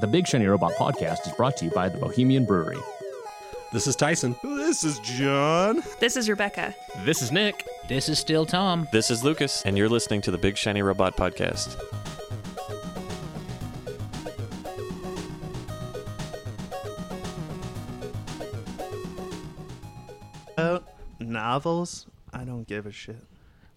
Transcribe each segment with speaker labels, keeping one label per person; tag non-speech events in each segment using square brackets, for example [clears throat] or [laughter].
Speaker 1: The Big Shiny Robot podcast is brought to you by the Bohemian Brewery.
Speaker 2: This is Tyson.
Speaker 3: This is John.
Speaker 4: This is Rebecca.
Speaker 1: This is Nick.
Speaker 5: This is still Tom.
Speaker 6: This is Lucas, and you're listening to the Big Shiny Robot Podcast.
Speaker 3: About novels, I don't give a shit.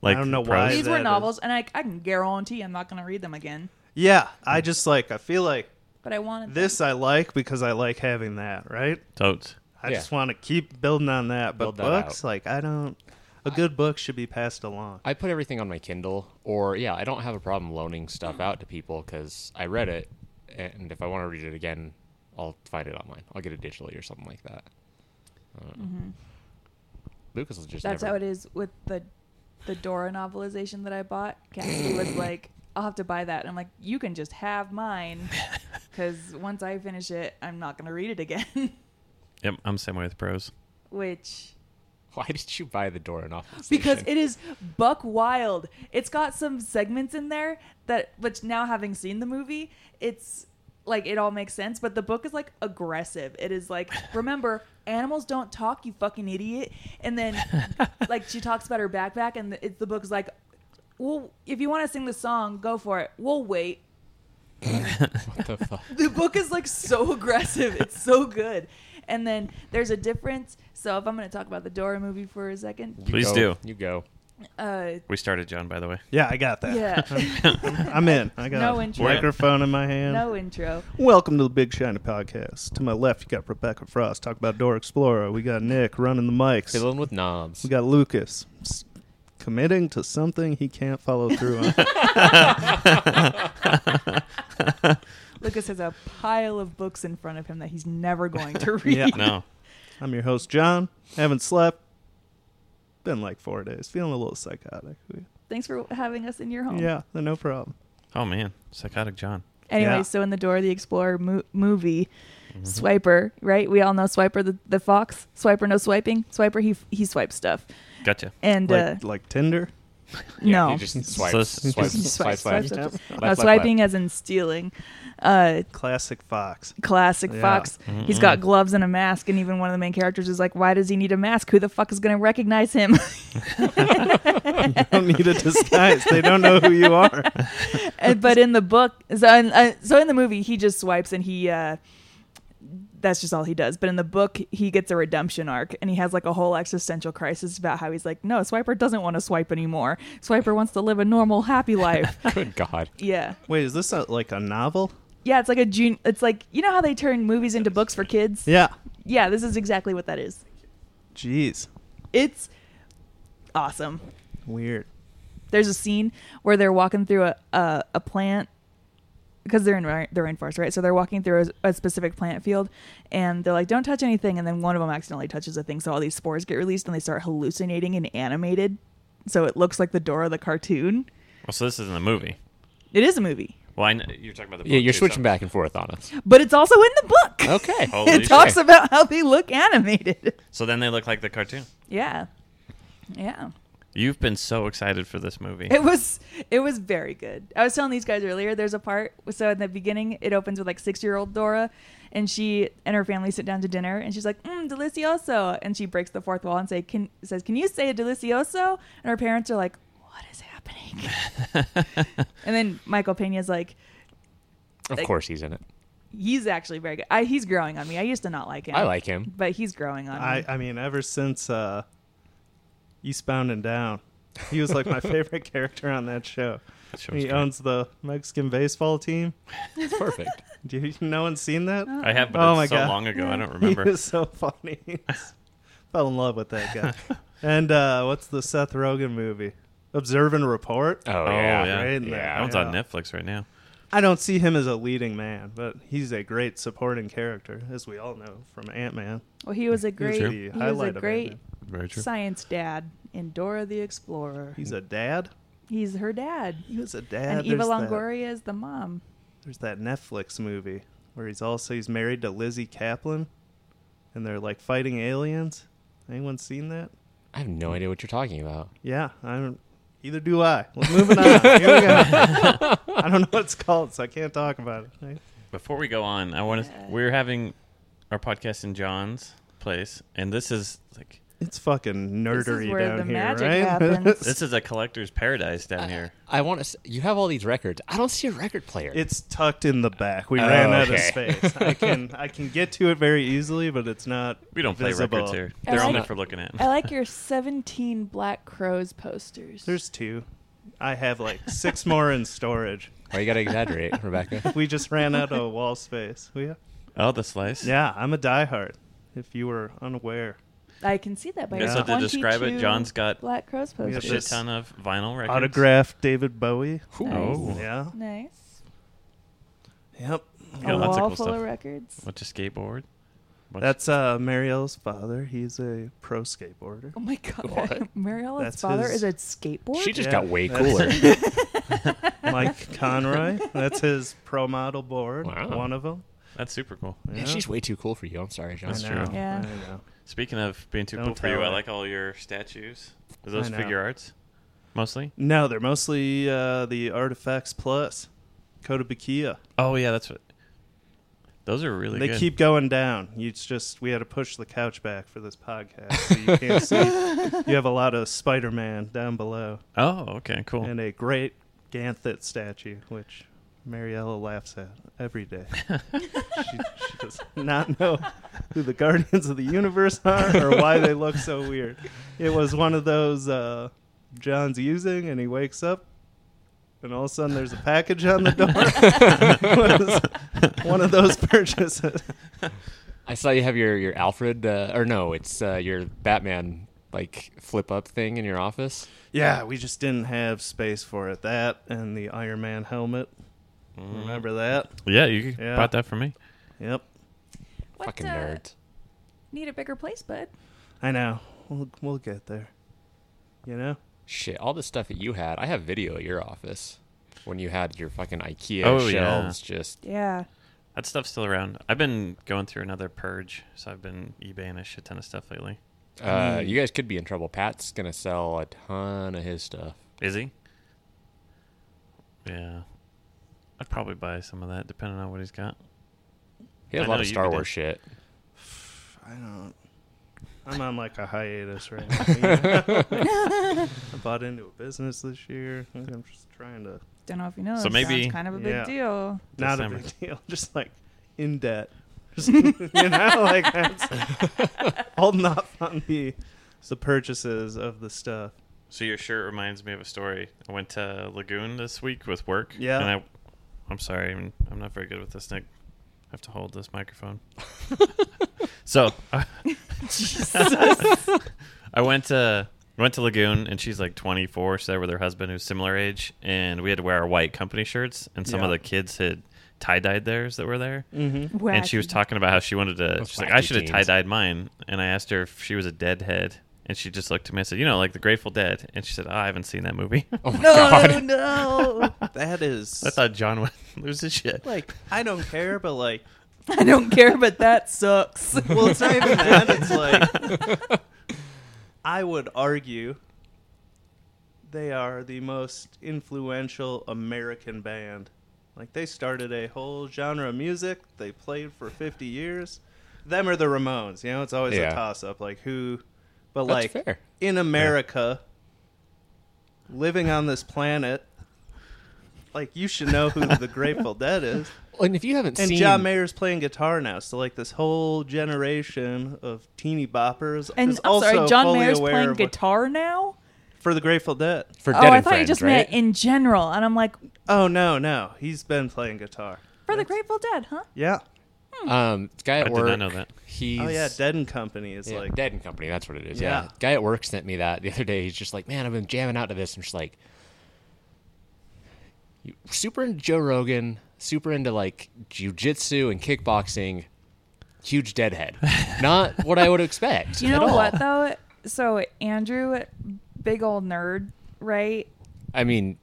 Speaker 6: Like,
Speaker 3: I don't know
Speaker 6: prose?
Speaker 3: why.
Speaker 4: These were
Speaker 3: that
Speaker 4: novels, and I, I can guarantee I'm not going to read them again.
Speaker 3: Yeah, I
Speaker 2: Hmm.
Speaker 3: just like, I feel like
Speaker 4: But I wanted them.
Speaker 3: this I like because I like having that, right?
Speaker 6: Totes.
Speaker 3: I
Speaker 2: Yeah.
Speaker 3: just want to keep building on that. But
Speaker 2: Build that
Speaker 3: books,
Speaker 2: out.
Speaker 3: like, I don't. A good book should be passed along.
Speaker 2: I put everything on my Kindle, or yeah, I don't have a problem loaning stuff out to people because I read it, and if I want to read it again, I'll find it online. I'll get it digitally or something like that. I don't know.
Speaker 3: Mm-hmm.
Speaker 2: Lucas will just
Speaker 4: That's
Speaker 2: never.
Speaker 4: how it is with the the Dora novelization that I bought. Cassidy was like, "I'll have to buy that." And I'm like, "You can just have mine, because once I finish it, I'm not going to read it again." [laughs]
Speaker 6: Yep, I'm the same way with
Speaker 3: [laughs]
Speaker 6: prose.
Speaker 4: Which
Speaker 2: Why did you buy the Dora novel?
Speaker 4: because
Speaker 2: station?
Speaker 4: it is buck wild. It's got some segments in there that, which now having seen the movie, it's like it all makes sense. But the book is like aggressive. It is like, remember, animals don't talk, you fucking idiot. And then, like, she talks about her backpack, and it's the book is like, well, if you want to sing the song, go for it. We'll wait.
Speaker 2: [laughs] what the fuck?
Speaker 4: The book is like so aggressive. It's so good. And then there's a difference. So if I'm going to talk about the Dora movie for a second,
Speaker 2: You
Speaker 6: Please
Speaker 2: go.
Speaker 6: do.
Speaker 2: You go.
Speaker 4: uh,
Speaker 6: We started, John, by the
Speaker 3: [laughs]
Speaker 6: way.
Speaker 3: Yeah, I got that.
Speaker 4: yeah.
Speaker 3: [laughs] I'm in. I got
Speaker 4: No
Speaker 3: a
Speaker 4: intro.
Speaker 3: microphone in my hand.
Speaker 4: no intro.
Speaker 3: Welcome to the Big Shiny Podcast. To my left, you got Rebecca Frost. Talk about Door Explorer. We got Nick running the mics.
Speaker 2: Fiddling with knobs.
Speaker 3: We got Lucas s- committing to something he can't follow
Speaker 2: [laughs]
Speaker 3: through on.
Speaker 4: Lucas has a pile of books in front of him that he's never going to read.
Speaker 3: Yeah.
Speaker 6: No.
Speaker 3: I'm your host, John. Haven't slept. Been like four days. Feeling a little psychotic.
Speaker 4: Thanks for having us in your home.
Speaker 3: Yeah, no problem.
Speaker 6: Oh, man. Psychotic John.
Speaker 4: Anyway,
Speaker 3: Yeah. Mm-hmm.
Speaker 4: so in the Door of the Explorer mo- movie,
Speaker 6: Mm-hmm.
Speaker 4: Swiper, right? We all know Swiper, the, the fox. Swiper, no swiping. Swiper, he he swipes stuff.
Speaker 6: Gotcha.
Speaker 4: And
Speaker 3: Like,
Speaker 4: uh,
Speaker 3: like Tinder.
Speaker 2: Yeah,
Speaker 4: no,
Speaker 2: He just swipes.
Speaker 6: So-
Speaker 2: swipes.
Speaker 4: He
Speaker 2: Swipes.
Speaker 4: [laughs] swipes,
Speaker 2: Swipes.
Speaker 4: swipes,
Speaker 3: Yep.
Speaker 4: swipes.
Speaker 2: Left,
Speaker 4: no
Speaker 2: left,
Speaker 4: uh, swiping as in stealing. Uh,
Speaker 3: Classic Fox.
Speaker 4: classic
Speaker 3: Yeah.
Speaker 4: Fox.
Speaker 6: Mm-hmm.
Speaker 4: He's got gloves and a mask, and even one of the main characters is like, "Why does he need a mask? Who the fuck is going to recognize
Speaker 3: [laughs]
Speaker 4: him?"
Speaker 3: Don't need a disguise. they don't know who
Speaker 4: [laughs]
Speaker 3: you are.
Speaker 4: Uh, but in the book, so in, uh, so in the movie, he just swipes and he. Uh, that's just all he does. But in the book, he gets a redemption arc and he has like a whole existential crisis about how he's like, no, Swiper doesn't want to swipe anymore. Swiper wants to live a normal, happy
Speaker 3: [laughs]
Speaker 4: life.
Speaker 2: Good God.
Speaker 4: yeah.
Speaker 3: Wait, is this a, like a novel?
Speaker 4: Yeah, it's like a June. It's like, you know how they turn movies into books for kids?
Speaker 3: Yeah.
Speaker 4: Yeah, this is exactly what that is.
Speaker 3: Jeez.
Speaker 4: It's awesome.
Speaker 3: Weird.
Speaker 4: there's a scene where they're walking through a a, a plant because they're in rain- the rainforest, right? So they're walking through a, a specific plant field, and they're like, "Don't touch anything." And then one of them accidentally touches a thing, so all these spores get released, and they start hallucinating and animated. So it looks like the Dora the cartoon.
Speaker 6: Well, so this isn't a movie.
Speaker 4: It is a movie,
Speaker 6: Well, I know, you're talking about the book.
Speaker 2: Yeah, you're
Speaker 6: too,
Speaker 2: switching
Speaker 6: so-
Speaker 2: back and forth on us.
Speaker 4: but it's also in the book.
Speaker 2: [laughs] Okay.
Speaker 6: Holy
Speaker 4: [laughs] it
Speaker 6: shit.
Speaker 4: talks about how they look animated. [laughs]
Speaker 6: So then they look like the cartoon.
Speaker 4: Yeah, yeah.
Speaker 6: You've been so excited for this movie.
Speaker 4: It was it was very good. I was telling these guys earlier. There's a part so in the beginning it opens with like six year old Dora, and she and her family sit down to dinner, and she's like, mm, "Delicioso," and she breaks the fourth wall and say, "Can says Can you say a delicioso?" And her parents are like, "What is happening?"
Speaker 2: [laughs]
Speaker 4: and then Michael Pena's like,
Speaker 2: Of
Speaker 4: Like-
Speaker 2: course he's in it.
Speaker 4: "He's actually very good. I, he's growing on me. I used to not like him.
Speaker 2: I like him.
Speaker 4: but he's growing
Speaker 6: Uh-huh.
Speaker 4: on
Speaker 3: I,
Speaker 4: me.
Speaker 3: I mean, ever since uh, Eastbound and Down, he was like my [laughs] favorite character on that show.
Speaker 6: That show was
Speaker 3: He
Speaker 6: great.
Speaker 3: owns the Mexican baseball team.
Speaker 2: It's [laughs] perfect.
Speaker 3: Do you, no one's seen that?
Speaker 6: I have, but
Speaker 3: Oh my
Speaker 6: it's so
Speaker 3: God.
Speaker 6: long ago. I don't
Speaker 3: [laughs] He
Speaker 6: remember.
Speaker 3: was so funny. Fell in love with that guy. and uh, what's the Seth Rogen movie? Observe and Report.
Speaker 2: Oh, yeah.
Speaker 6: yeah.
Speaker 3: Right in there.
Speaker 6: That
Speaker 2: yeah.
Speaker 6: one's on
Speaker 3: Yeah.
Speaker 6: Netflix right now.
Speaker 3: I don't see him as a leading man, but he's a great supporting character, as we all know from Ant Man.
Speaker 4: well, he was a great
Speaker 3: the
Speaker 4: he was
Speaker 3: highlight
Speaker 4: a
Speaker 3: of
Speaker 4: great
Speaker 3: Ant-Man.
Speaker 6: Very true.
Speaker 4: science dad in Dora the Explorer.
Speaker 3: He's a dad.
Speaker 4: He's her dad.
Speaker 3: He was a dad.
Speaker 4: and Eva
Speaker 3: There's that-
Speaker 4: Longoria is the mom.
Speaker 3: There's that Netflix movie where he's also he's married to Lizzie Kaplan, and they're like fighting aliens. Anyone seen that?
Speaker 2: I have no idea what you're talking about.
Speaker 3: Yeah, I don't. Either [laughs] do I. Well, moving on. Here we go. I don't know what it's called, so I can't talk about it. I
Speaker 6: Before we go on, I want to. We're having our podcast in John's place, and this is like
Speaker 3: It's fucking nerdery
Speaker 4: This is where
Speaker 3: down
Speaker 4: the
Speaker 3: here,
Speaker 4: magic
Speaker 3: right?
Speaker 4: happens.
Speaker 6: this is a collector's paradise
Speaker 4: Uh-huh.
Speaker 6: down here.
Speaker 2: I want to. You have all these records. I don't see a record player.
Speaker 3: [laughs] It's tucked in the back. We ran out of
Speaker 2: Oh, okay.
Speaker 3: space.
Speaker 2: [laughs]
Speaker 3: I can I can get to it very easily, but it's not.
Speaker 6: We don't play
Speaker 3: visible.
Speaker 6: records here.
Speaker 4: I
Speaker 6: They're
Speaker 4: like-
Speaker 6: only for looking at.
Speaker 4: I like
Speaker 3: [laughs]
Speaker 4: your 17 Black Crows posters.
Speaker 3: There's two. I have like
Speaker 2: [laughs]
Speaker 3: six more in storage.
Speaker 2: Why Oh, you gotta exaggerate, Rebecca?
Speaker 3: We just ran out of wall space. We,
Speaker 6: oh, the slice.
Speaker 3: yeah, I'm a diehard. If you were unaware,
Speaker 4: I can see that by
Speaker 3: Yeah.
Speaker 4: your
Speaker 6: So to describe it,
Speaker 4: 22
Speaker 6: John's got
Speaker 4: Black Crows
Speaker 3: Yeah,
Speaker 6: a
Speaker 4: posters.
Speaker 6: shit
Speaker 3: this-
Speaker 6: ton of vinyl records.
Speaker 3: autographed David Bowie.
Speaker 6: Oh.
Speaker 3: Yeah.
Speaker 4: Nice.
Speaker 3: Yep.
Speaker 6: Got
Speaker 4: a
Speaker 6: lots of
Speaker 4: wall
Speaker 6: cool
Speaker 4: full
Speaker 6: stuff.
Speaker 4: of records.
Speaker 6: Bunch of skateboard. Bunch
Speaker 3: That's uh, Marielle's father. He's a pro skateboarder.
Speaker 4: Oh my god. [laughs]
Speaker 2: What?
Speaker 4: Mariella's
Speaker 3: That's
Speaker 4: father is
Speaker 3: his-
Speaker 4: a skateboard?
Speaker 2: She
Speaker 4: [laughs]
Speaker 2: just
Speaker 3: Yeah.
Speaker 2: got way
Speaker 3: That's-
Speaker 2: cooler. [laughs]
Speaker 3: Mike Conroy. That's his pro model board.
Speaker 2: Wow.
Speaker 3: One of them.
Speaker 6: That's super cool.
Speaker 2: Yeah, [laughs] She's way too cool for you. I'm sorry, John.
Speaker 6: That's
Speaker 3: I
Speaker 6: true.
Speaker 3: know,
Speaker 4: Yeah.
Speaker 3: I know.
Speaker 6: Speaking of being too
Speaker 3: Don't
Speaker 6: cool for you,
Speaker 3: tell
Speaker 6: I
Speaker 3: her.
Speaker 6: like all your statues. Are those
Speaker 3: I know.
Speaker 6: figure arts? Mostly.
Speaker 3: No, they're mostly uh, the Artifacts Plus, Cotopaquia.
Speaker 6: Oh yeah, that's what. Those are really
Speaker 3: they
Speaker 6: good.
Speaker 3: keep going down. You it's just we had to push the couch back for this podcast, so you can't
Speaker 4: [laughs]
Speaker 3: see. You have a lot of Spider-Man down below
Speaker 6: Oh, okay, cool.
Speaker 3: and a great Ganthet statue, which Mariella laughs at every
Speaker 6: [laughs]
Speaker 3: day. she, she does not know who the Guardians of the Universe are or why they look so weird. It was one of those uh, John's using, and he wakes up, and all of a sudden um, there's a package on
Speaker 6: [laughs]
Speaker 3: the door. It was [laughs] one of those purchases.
Speaker 2: I saw you have your your Alfred, uh, or no, it's uh, your Batman like flip up thing in your office.
Speaker 3: Yeah, we just didn't have space for it. That and the Iron Man helmet. Remember that?
Speaker 6: Yeah, you
Speaker 3: Yeah.
Speaker 6: bought that for me.
Speaker 3: Yep.
Speaker 4: What,
Speaker 2: Fucking
Speaker 4: uh,
Speaker 2: nerd.
Speaker 4: Need a bigger place, bud.
Speaker 3: I know. We'll, we'll get there. You know?
Speaker 2: Shit, all the stuff that you had. I have video at your office when you had your fucking IKEA
Speaker 6: Oh, yeah.
Speaker 2: shelves. Just
Speaker 4: Yeah.
Speaker 6: That stuff's still around. I've been going through another purge, so I've been eBaying a shit ton of stuff lately.
Speaker 2: uh, you guys could be in trouble. Pat's gonna sell a ton of his stuff.
Speaker 6: Is he? Yeah. I'd probably buy some of that, depending on what he's got.
Speaker 2: He has
Speaker 6: I
Speaker 2: a lot
Speaker 6: know
Speaker 2: of
Speaker 6: you
Speaker 2: Star
Speaker 6: could do-
Speaker 2: Wars
Speaker 6: [laughs]
Speaker 2: shit.
Speaker 3: [sighs] I don't. I'm on like a hiatus [laughs] right now. I bought into a business this year. I'm just trying to.
Speaker 4: Don't know if you know.
Speaker 6: So
Speaker 4: this
Speaker 6: maybe-
Speaker 4: sounds kind of a big
Speaker 3: Yeah.
Speaker 6: [laughs]
Speaker 4: deal.
Speaker 3: Not a
Speaker 6: December.
Speaker 3: big deal. [laughs] Just like in debt. [laughs] Just, you know, like
Speaker 4: [laughs]
Speaker 3: that's [laughs] holding off on the the purchases of the stuff.
Speaker 6: So your shirt reminds me of a story. I went to Lagoon this week with work.
Speaker 3: Yeah.
Speaker 6: And I, I'm sorry, I'm, I'm not very good with this, Nick. I have to hold this
Speaker 3: [laughs]
Speaker 6: microphone. so [laughs] I went to went to Lagoon, and she's like 24. So there with her husband, who's similar age, and we had to wear our white company shirts, and some of
Speaker 3: Yeah.
Speaker 6: the kids had tie dyed theirs that were there.
Speaker 4: Mm-hmm.
Speaker 6: And she was
Speaker 4: Wacky.
Speaker 6: talking about how she wanted to. She's like,
Speaker 2: wacky
Speaker 6: I should have
Speaker 2: teens.
Speaker 6: tie dyed mine. And I asked her if she was a deadhead. And she just looked at me and said, You know, like the Grateful Dead. And she said, oh, I haven't seen that movie. [laughs]
Speaker 2: Oh [laughs]
Speaker 4: No, no.
Speaker 3: [laughs] That is.
Speaker 6: I thought John [laughs] would lose his shit.
Speaker 3: like I don't care, but like,
Speaker 4: [laughs] I don't care, but that sucks.
Speaker 3: [laughs] well, it's not even
Speaker 4: [laughs]
Speaker 3: that. It's like I would argue they are the most influential American band. Like they started a whole genre of music. They played for fifty years. Them or the Ramones. You know, it's always
Speaker 2: Yeah.
Speaker 3: a toss-up. Like who? But
Speaker 2: That's
Speaker 3: like
Speaker 2: fair.
Speaker 3: in America, living on this planet. Like you should know who the Grateful Dead is.
Speaker 2: And if you haven't
Speaker 3: And
Speaker 2: seen
Speaker 3: John Mayer's playing guitar now, so like this whole generation of teeny boppers
Speaker 4: And
Speaker 3: is
Speaker 4: I'm
Speaker 3: also
Speaker 4: sorry, John
Speaker 3: fully
Speaker 4: Mayer's
Speaker 3: aware
Speaker 4: playing
Speaker 3: of what-
Speaker 4: guitar now?
Speaker 3: for the Grateful Dead.
Speaker 2: for
Speaker 4: Oh,
Speaker 2: Dead
Speaker 4: I
Speaker 2: and
Speaker 4: thought you
Speaker 2: Friends,
Speaker 4: just
Speaker 2: right?
Speaker 4: meant in general. And I'm like,
Speaker 3: Oh no, no, he's been playing guitar.
Speaker 4: for the Grateful Dead, huh?
Speaker 3: Yeah.
Speaker 2: um, this guy at
Speaker 6: I did
Speaker 2: work.
Speaker 6: not know that.
Speaker 2: He's
Speaker 3: Oh yeah, Dead and Company is
Speaker 2: Yeah,
Speaker 3: like
Speaker 2: Dead and Company. That's what it is. Yeah.
Speaker 3: Yeah.
Speaker 2: Guy at work sent me that the other day. He's just like, man, I've been jamming out to this. I'm just like, you- super into Joe Rogan, super into like jujitsu and kickboxing, huge
Speaker 6: [laughs]
Speaker 2: deadhead. Not what I would expect.
Speaker 4: Do you
Speaker 2: at
Speaker 4: know
Speaker 2: all.
Speaker 4: what, though? So, Andrew, big old nerd, right?
Speaker 2: I mean,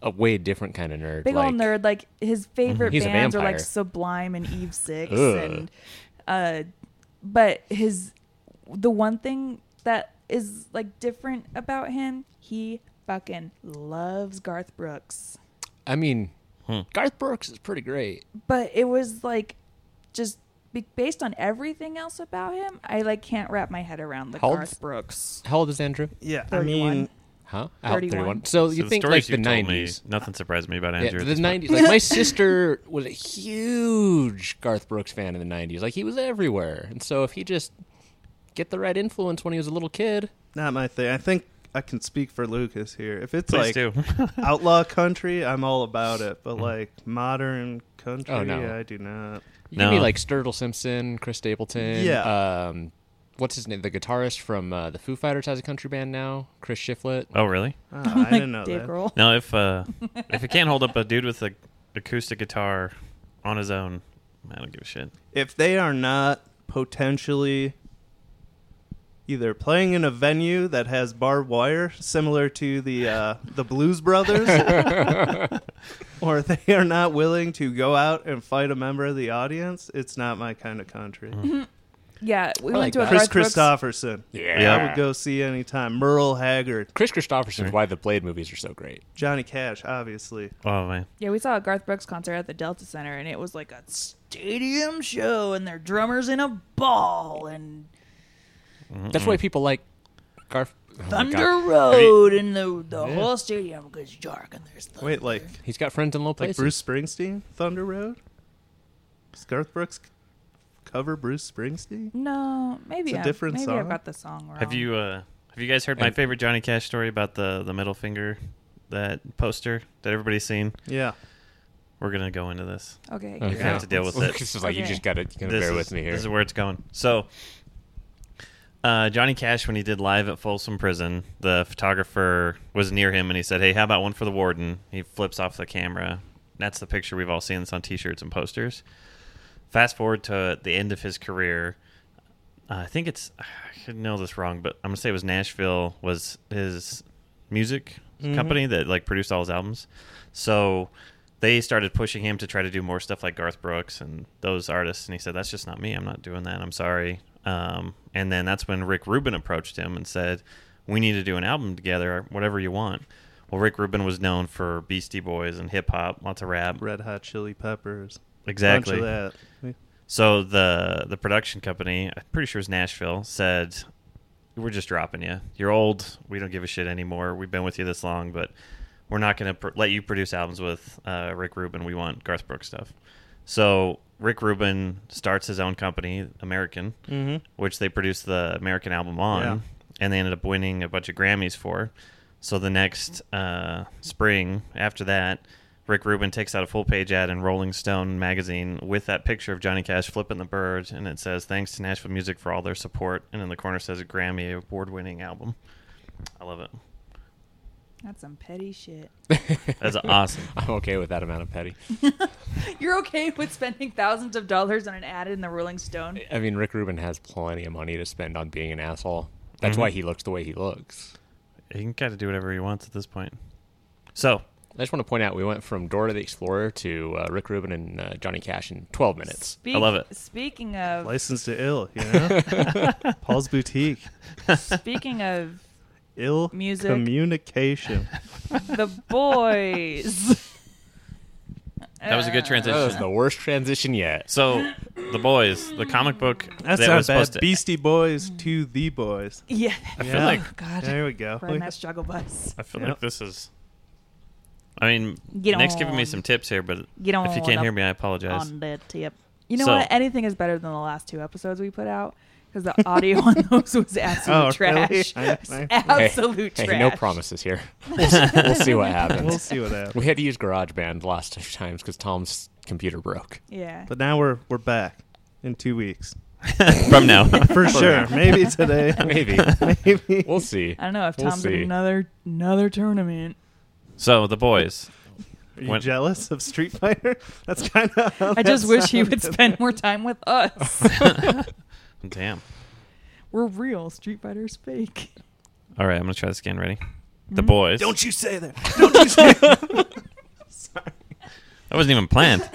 Speaker 2: a way different kind of nerd.
Speaker 4: big
Speaker 2: like, Mm-hmm.
Speaker 4: old nerd. Like his favorite
Speaker 2: He's a
Speaker 4: bands are like
Speaker 2: vampire.
Speaker 4: Sublime and Eve Six,
Speaker 2: Ugh.
Speaker 4: and uh, but his the one thing that is like different about him, he fucking loves Garth Brooks.
Speaker 2: I mean,
Speaker 6: Hmm.
Speaker 2: Garth Brooks is pretty great.
Speaker 4: but it was like just be- based on everything else about him, I like can't wrap my head around the
Speaker 2: How old-
Speaker 4: Garth Brooks.
Speaker 2: How old is Andrew?
Speaker 3: Yeah, I
Speaker 4: 31.
Speaker 3: mean,
Speaker 2: Huh? Out
Speaker 4: 31.
Speaker 2: So
Speaker 6: So
Speaker 2: you
Speaker 6: the
Speaker 2: think like
Speaker 6: stories
Speaker 2: the
Speaker 6: you told me,
Speaker 2: nineties?
Speaker 6: nothing surprised me about
Speaker 2: Yeah,
Speaker 6: Andrew. at
Speaker 2: the
Speaker 6: this point.
Speaker 2: nineties. Like my sister was a huge Garth Brooks fan in the nineties. Like he was everywhere, and so if he just get the right influence when he was a little kid,
Speaker 3: not my thing. I think I can speak for Lucas here. If it's
Speaker 6: Please
Speaker 3: like
Speaker 6: do. [laughs]
Speaker 3: outlaw country, I'm all about it. But like modern country,
Speaker 2: Oh, no.
Speaker 3: I do
Speaker 4: [laughs]
Speaker 3: not.
Speaker 2: you can be
Speaker 6: No.
Speaker 2: like Sturgill Simpson, Chris Stapleton.
Speaker 3: Yeah.
Speaker 2: Um, what's his name? The guitarist from uh, the Foo Fighters has a country band now. Chris Shiflett. [laughs]
Speaker 6: oh, really?
Speaker 3: Oh, I didn't know
Speaker 4: Dave
Speaker 3: that. [laughs]
Speaker 4: Grohl.
Speaker 6: Now, if uh, if it can't hold up a dude with an acoustic guitar on his own, I don't give a shit.
Speaker 3: If they are not potentially either playing in a venue that has barbed wire similar to the uh, the Blues Brothers, or they are not willing to go out and fight a member of the audience, it's not my kind of country.
Speaker 4: Yeah, we
Speaker 2: I
Speaker 4: went
Speaker 2: like
Speaker 4: to a
Speaker 2: that.
Speaker 3: Chris
Speaker 4: Garth Brooks.
Speaker 3: Christopherson.
Speaker 2: Yeah.
Speaker 3: I would go see anytime. Merle Haggard,
Speaker 2: Chris Christopherson's
Speaker 6: Mm-hmm.
Speaker 2: why the Blade movies are so great.
Speaker 3: Johnny Cash, obviously.
Speaker 6: Oh man,
Speaker 4: Yeah, we saw a Garth Brooks concert at the Delta Center, and it was like a stadium show, and their drummers in a ball, and
Speaker 2: That's why people like Garth. oh my God.
Speaker 4: Thunder Road, and the the whole stadium goes dark, and there's thunder.
Speaker 3: Wait, like
Speaker 2: He's got friends in low
Speaker 3: like
Speaker 2: places.
Speaker 3: Bruce Springsteen, Thunder Road? Does Garth Brooks c- cover Bruce Springsteen?
Speaker 4: No, maybe
Speaker 3: It's a
Speaker 4: I-
Speaker 3: different
Speaker 4: maybe I
Speaker 3: song.
Speaker 4: got the song wrong.
Speaker 6: have you uh, have you guys heard my
Speaker 2: And-
Speaker 6: favorite Johnny Cash story about the the middle finger, that poster that everybody's seen?
Speaker 3: Yeah.
Speaker 6: We're gonna go into this.
Speaker 4: Okay.
Speaker 2: Okay.
Speaker 6: You're gonna have
Speaker 2: [laughs]
Speaker 6: to deal with it.
Speaker 2: This is like you
Speaker 4: Okay.
Speaker 2: Oh, just gotta, you gotta
Speaker 6: this
Speaker 2: bear
Speaker 6: is,
Speaker 2: with me here.
Speaker 6: This is where it's going. So, uh, Johnny Cash, when he did live at Folsom Prison, the photographer was near him and he said, "Hey, how about one for the warden?" He flips off the camera. That's the picture we've all seen. It's on T-shirts and posters. Fast forward to the end of his career. Uh, I think it's I could know this wrong, but I'm gonna say it was Nashville was his music company that like produced all his albums. So they started pushing him to try to do more stuff like Garth Brooks and those artists, and he said, "That's just not me. I'm not doing that. I'm sorry." Um, and then that's when Rick Rubin approached him and said, "We need to do an album together. Whatever you want." Well, Rick Rubin was known for Beastie Boys and hip hop, lots of rap.
Speaker 3: Red Hot Chili Peppers.
Speaker 6: Exactly.
Speaker 3: Bunch of that.
Speaker 6: So the the production company, I'm pretty sure it's Nashville, said, "We're just dropping you. You're old. We don't give a shit anymore. We've been with you this long, but we're not going to pr- let you produce albums with uh, Rick Rubin. We want Garth Brooks stuff." So Rick Rubin starts his own company, American, which they produced the American album on,
Speaker 3: Yeah.
Speaker 6: and they ended up winning a bunch of Grammys for. So the next uh, spring after that, Rick Rubin takes out a full page ad in Rolling Stone magazine with that picture of Johnny Cash flipping the bird, and it says, "Thanks to Nashville Music for all their support," and in the corner says, "A Grammy award-winning album." I love it.
Speaker 4: That's some petty shit.
Speaker 2: [laughs]
Speaker 6: That's awesome.
Speaker 2: I'm okay with that amount of petty.
Speaker 4: [laughs] You're okay with spending thousands of dollars on an ad in the Rolling Stone?
Speaker 2: I mean, Rick Rubin has plenty of money to spend on being an asshole. That's
Speaker 6: Mm-hmm.
Speaker 2: why he looks the way he looks.
Speaker 6: He can kind of do whatever he wants at this point. So
Speaker 2: I just want to point out we went from Dora the Explorer to uh, Rick Rubin and uh, Johnny Cash in 12 minutes.
Speaker 4: Speak-
Speaker 6: I love it.
Speaker 4: Speaking of
Speaker 3: License to Ill,
Speaker 6: [laughs]
Speaker 3: you know? Paul's Boutique.
Speaker 4: [laughs] speaking of
Speaker 3: Ill
Speaker 4: Music.
Speaker 6: [laughs]
Speaker 3: communication.
Speaker 4: the boys. Uh,
Speaker 6: that was a good transition.
Speaker 2: That was the worst transition yet.
Speaker 6: So, the boys, the comic book
Speaker 3: That's
Speaker 6: that
Speaker 3: not
Speaker 6: was
Speaker 3: bad.
Speaker 6: supposed to.
Speaker 3: Beastie Boys
Speaker 4: Mm.
Speaker 3: to the boys.
Speaker 4: Yeah.
Speaker 3: Yeah.
Speaker 6: like-
Speaker 4: oh God.
Speaker 3: There we go.
Speaker 4: Run that struggle bus.
Speaker 6: I feel
Speaker 3: Yep.
Speaker 6: like this is. I mean,
Speaker 4: Get
Speaker 6: Nick's giving me
Speaker 4: on.
Speaker 6: some tips here, but
Speaker 4: Get on
Speaker 6: if you can't
Speaker 4: up
Speaker 6: hear me, I apologize. [laughs]
Speaker 4: on the tip. You know
Speaker 6: So-
Speaker 4: what? Anything is better than the last two episodes we put out because the audio on those was absolute
Speaker 3: Oh,
Speaker 4: trash.
Speaker 3: really? I-
Speaker 4: [laughs]
Speaker 3: I-
Speaker 4: absolute
Speaker 2: hey,
Speaker 4: trash.
Speaker 2: no promises here. We'll, s- we'll see what
Speaker 3: [laughs] We'll
Speaker 2: happens.
Speaker 3: see what happens.
Speaker 2: We had to use GarageBand the last two times because Tom's computer broke.
Speaker 4: Yeah.
Speaker 3: But now we're we're back in
Speaker 6: [laughs]
Speaker 3: two weeks.
Speaker 4: [laughs]
Speaker 6: From now,
Speaker 3: For sure.
Speaker 6: [laughs]
Speaker 3: Maybe today.
Speaker 2: [laughs] Maybe.
Speaker 3: Maybe.
Speaker 2: We'll see.
Speaker 4: I don't know if
Speaker 2: We'll
Speaker 4: Tom's in
Speaker 2: see.
Speaker 4: another another tournament.
Speaker 6: so the boys. [laughs]
Speaker 3: Are you
Speaker 6: When-
Speaker 3: jealous of Street Fighter? [laughs] That's kind of.
Speaker 4: I just wish he would spend more time with us.
Speaker 6: [laughs]
Speaker 4: [laughs]
Speaker 6: Damn.
Speaker 4: We're real. Street Fighter's fake.
Speaker 6: All right, I'm gonna try this again. Ready?
Speaker 4: Hmm?
Speaker 6: The boys.
Speaker 3: [laughs] Don't you say that. Don't
Speaker 4: [laughs]
Speaker 3: you say
Speaker 6: That wasn't even planned.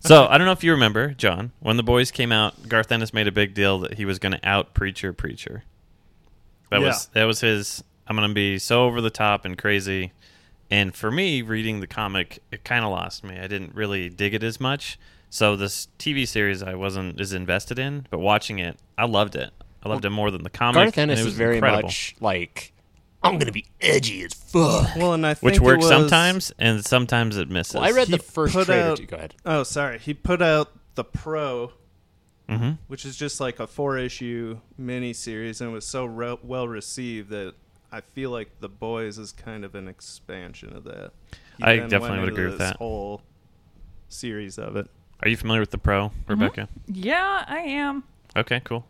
Speaker 6: so I don't know if you remember, John, when the boys came out, Garth Ennis made a big deal that he was going to out preacher preacher. That was that was his. I'm going to be so over the top and crazy, And for me, reading the comic, it kind of lost me. I didn't really dig it as much. So this TV series I wasn't as invested in, but watching it, I loved it. I loved it more than the comic.
Speaker 2: Garth
Speaker 6: and
Speaker 2: Ennis
Speaker 6: it
Speaker 2: is
Speaker 6: was
Speaker 2: very
Speaker 6: incredible.
Speaker 2: much like I'm gonna be edgy as fuck.
Speaker 3: Well, and I think
Speaker 6: which
Speaker 3: it
Speaker 6: works
Speaker 3: was-
Speaker 6: sometimes and sometimes it misses.
Speaker 2: Well, I read
Speaker 3: He
Speaker 2: the first
Speaker 3: put
Speaker 2: trailer.
Speaker 3: out-
Speaker 2: too. Go ahead.
Speaker 3: Oh, sorry. He put out the Pro,
Speaker 6: Mm-hmm.
Speaker 3: which is just like a four-issue miniseries, and it was so re- well received that I feel like the Boys is kind of an expansion of that. He
Speaker 6: I
Speaker 3: then
Speaker 6: definitely
Speaker 3: went
Speaker 6: would
Speaker 3: into
Speaker 6: agree with
Speaker 3: this
Speaker 6: that.
Speaker 3: Whole series of it.
Speaker 6: Are you familiar with the pro,
Speaker 2: Mm-hmm.
Speaker 6: Rebecca?
Speaker 4: Yeah, I am.
Speaker 6: Okay, cool.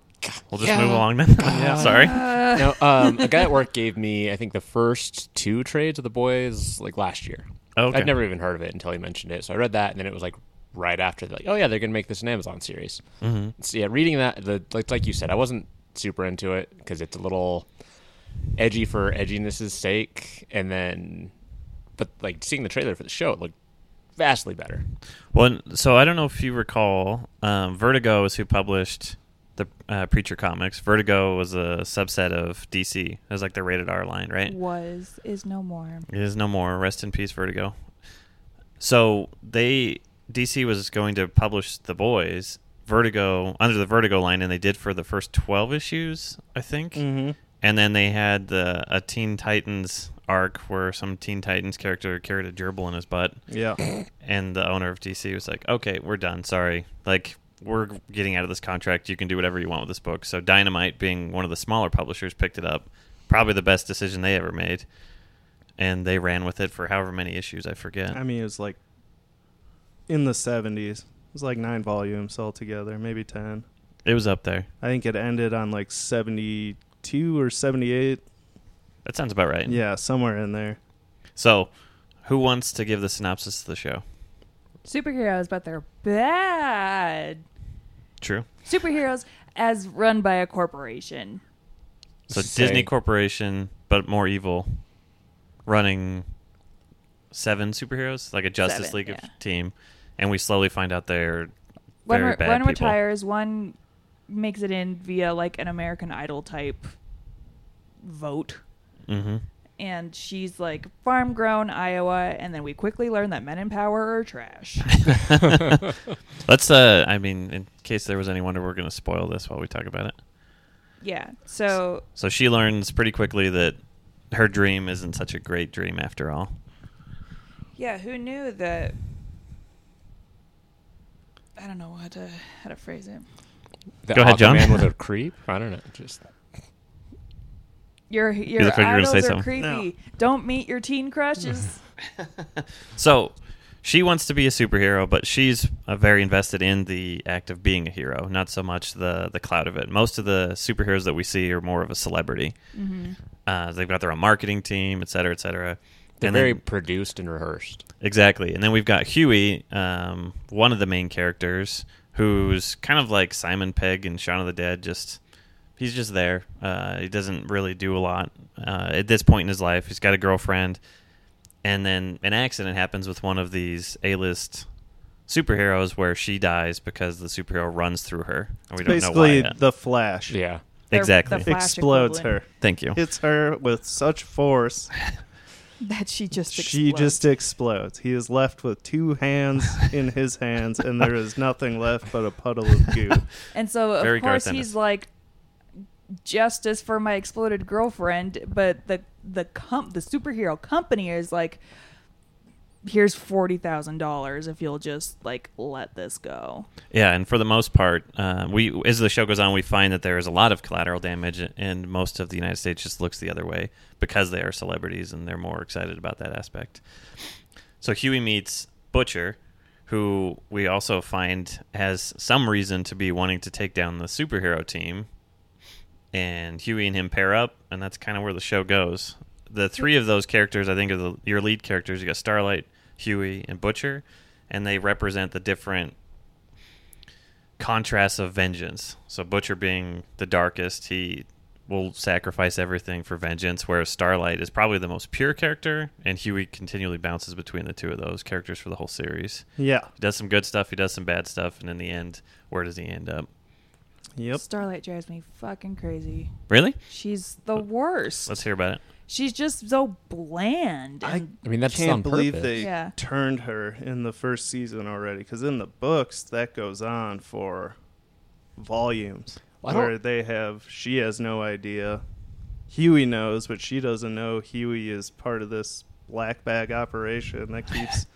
Speaker 6: We'll just
Speaker 2: [laughs] Yeah.
Speaker 6: move along then. Sorry.
Speaker 2: [laughs] No, um, a guy at work gave me, I think, the first two trades of the boys like last year.
Speaker 6: Oh, okay.
Speaker 2: I'd never even heard of it until he mentioned it. So I read that, and then it was like right after, like, oh yeah, they're gonna make this an Amazon series. Mm-hmm. So yeah, reading that, the like, like you said, I wasn't super into it because it's a little edgy for edginess' sake, and then, but like seeing the trailer for the show, it looked vastly
Speaker 6: [laughs]
Speaker 2: better.
Speaker 6: Well, and- so I don't know if you recall, um, Vertigo is who published the uh, Preacher comics. Vertigo was a subset of DC. It was like their rated R line, right?
Speaker 4: Was is no more.
Speaker 6: It is no more. Rest in peace, Vertigo. So they DC was going to publish The Boys Vertigo under the Vertigo line, and they did for the first twelve issues, I think.
Speaker 2: Mm-hmm.
Speaker 3: Mhm.
Speaker 6: And then they had the a Teen Titans arc where some Teen Titans character carried a gerbil in his butt,
Speaker 3: Yeah.
Speaker 6: and the owner of DC was like, "Okay, we're done. Sorry, like." We're getting out of this contract. You can do whatever you want with this book. So, Dynamite, being one of the smaller publishers, picked it up. Probably the best decision they ever made and they ran with it for however many issues I forget.
Speaker 3: I mean, it was like in the 70s. It was like nine volumes altogether, maybe 10.
Speaker 6: It was up there.
Speaker 3: I think it ended on like 72 or 78.
Speaker 6: That sounds about right.
Speaker 3: Yeah, somewhere in there.
Speaker 6: So, who wants to give the synopsis of the show?
Speaker 4: Superheroes, but they're bad.
Speaker 6: True.
Speaker 4: Superheroes as run by a corporation.
Speaker 6: So
Speaker 2: Say-
Speaker 6: Disney Corporation, but more evil, running seven superheroes, like a Justice
Speaker 4: Seven,
Speaker 6: League
Speaker 4: yeah.
Speaker 6: team, and we slowly find out they're
Speaker 4: One,
Speaker 6: very
Speaker 4: re-
Speaker 6: bad
Speaker 4: one
Speaker 6: people.
Speaker 4: retires, one makes it in via like an American Idol type vote. [laughs]
Speaker 6: Mhm.
Speaker 4: And she's like farm grown Iowa, and then we quickly learn that men in power are trash.
Speaker 6: [laughs] Let's. Uh, I mean, in case there was any wonder, we're going to spoil this while we talk about it.
Speaker 4: yeah. So
Speaker 6: So she learns pretty quickly that her dream isn't such a great dream after all.
Speaker 4: Yeah, who knew that? I don't know how to how to phrase it.
Speaker 2: That
Speaker 6: Go ahead, John.
Speaker 2: Aquaman was a creep. I don't know. Just
Speaker 4: Your your
Speaker 6: that's what you were gonna
Speaker 4: idols
Speaker 6: say
Speaker 4: are
Speaker 6: something.
Speaker 4: creepy.
Speaker 3: No.
Speaker 4: Don't meet your teen crushes.
Speaker 6: So she wants to be a superhero, but she's uh, very invested in the act of being a hero, not so much the the cloud of it. Most of the superheroes that we see are more of a celebrity. Uh, they've got their own marketing team, et cetera, et cetera.
Speaker 2: they're
Speaker 6: And
Speaker 2: very
Speaker 6: then-
Speaker 2: produced and rehearsed.
Speaker 6: exactly. And then we've got Huey, um, one of the main characters, who's kind of like Simon Pegg in Shaun of the Dead. Just he's just there. Uh, he doesn't really do a lot uh, at this point in his life. He's got a girlfriend and then an accident happens with one of these A-list superheroes where she dies because the superhero runs through her, and we don't know why.
Speaker 3: Basically,
Speaker 6: yet.
Speaker 3: the Flash
Speaker 2: Yeah.
Speaker 4: They're
Speaker 6: Exactly.
Speaker 4: the Flash
Speaker 3: explodes
Speaker 4: equivalent
Speaker 6: Thank you.
Speaker 3: her, hits her with such force,
Speaker 4: [laughs] that she [laughs] just
Speaker 3: she
Speaker 4: explodes.
Speaker 3: just explodes. He is left with two hands in his hands, and there is nothing left but a puddle
Speaker 4: [laughs]
Speaker 3: of goo.
Speaker 6: [laughs]
Speaker 4: and so of
Speaker 6: Very Garth
Speaker 4: course
Speaker 6: Ennis.
Speaker 4: he's like justice for my exploded girlfriend, but the the comp the superhero company is like here's forty thousand dollars if you'll just like let this go.
Speaker 6: Yeah, and for the most part, uh, we as the show goes on, we find that there is a lot of collateral damage, and most of the United States just looks the other way because they are celebrities and they're more excited about that aspect. So Huey meets Butcher, who we also find has some reason to be wanting to take down the superhero team, and Huey and him pair up, and that's kind of where the show goes. The three of those characters, I think, are the, your lead characters. You got Starlight, Huey, and Butcher, and they represent the different contrasts of vengeance. So Butcher being the darkest, he will sacrifice everything for vengeance, whereas Starlight is probably the most pure character, and Huey continually bounces between the two of those characters for the whole series.
Speaker 3: Yeah.
Speaker 6: He does some good stuff, he does some bad stuff, and in the end, where does he end up?
Speaker 3: Yep.
Speaker 4: Starlight drives me fucking crazy.
Speaker 6: Really?
Speaker 4: She's the worst.
Speaker 6: Let's hear about it.
Speaker 4: She's just so bland.
Speaker 3: I-
Speaker 4: And
Speaker 2: I mean, that's
Speaker 3: can't
Speaker 2: on
Speaker 3: believe
Speaker 2: purpose.
Speaker 3: they
Speaker 4: Yeah.
Speaker 3: turned her in the first season already. Because in the books, that goes on for volumes,
Speaker 2: Well, I
Speaker 3: where
Speaker 2: don't-
Speaker 3: they have she has no idea, Huey knows, but she doesn't know Huey is part of this black bag
Speaker 2: [laughs]
Speaker 3: operation that keeps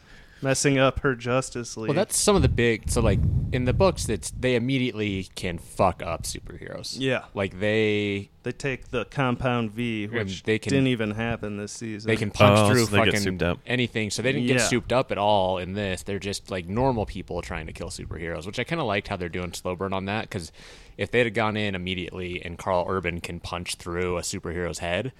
Speaker 3: messing up her Justice League.
Speaker 2: Well, that's some of the big. So, like in the books, it's they immediately can fuck up superheroes.
Speaker 3: Yeah.
Speaker 2: like they
Speaker 3: they take the Compound V, which
Speaker 2: they can-
Speaker 3: didn't even happen this season.
Speaker 2: they can punch
Speaker 6: Oh, so
Speaker 2: through
Speaker 6: they get
Speaker 2: fucking
Speaker 6: souped up.
Speaker 2: anything. So they didn't get
Speaker 3: Yeah.
Speaker 2: souped up at all in this. They're just like normal people trying to kill superheroes, which I kind of liked how they're doing slow burn on that because if they'd have gone in immediately and Carl Urban can punch through a superhero's head,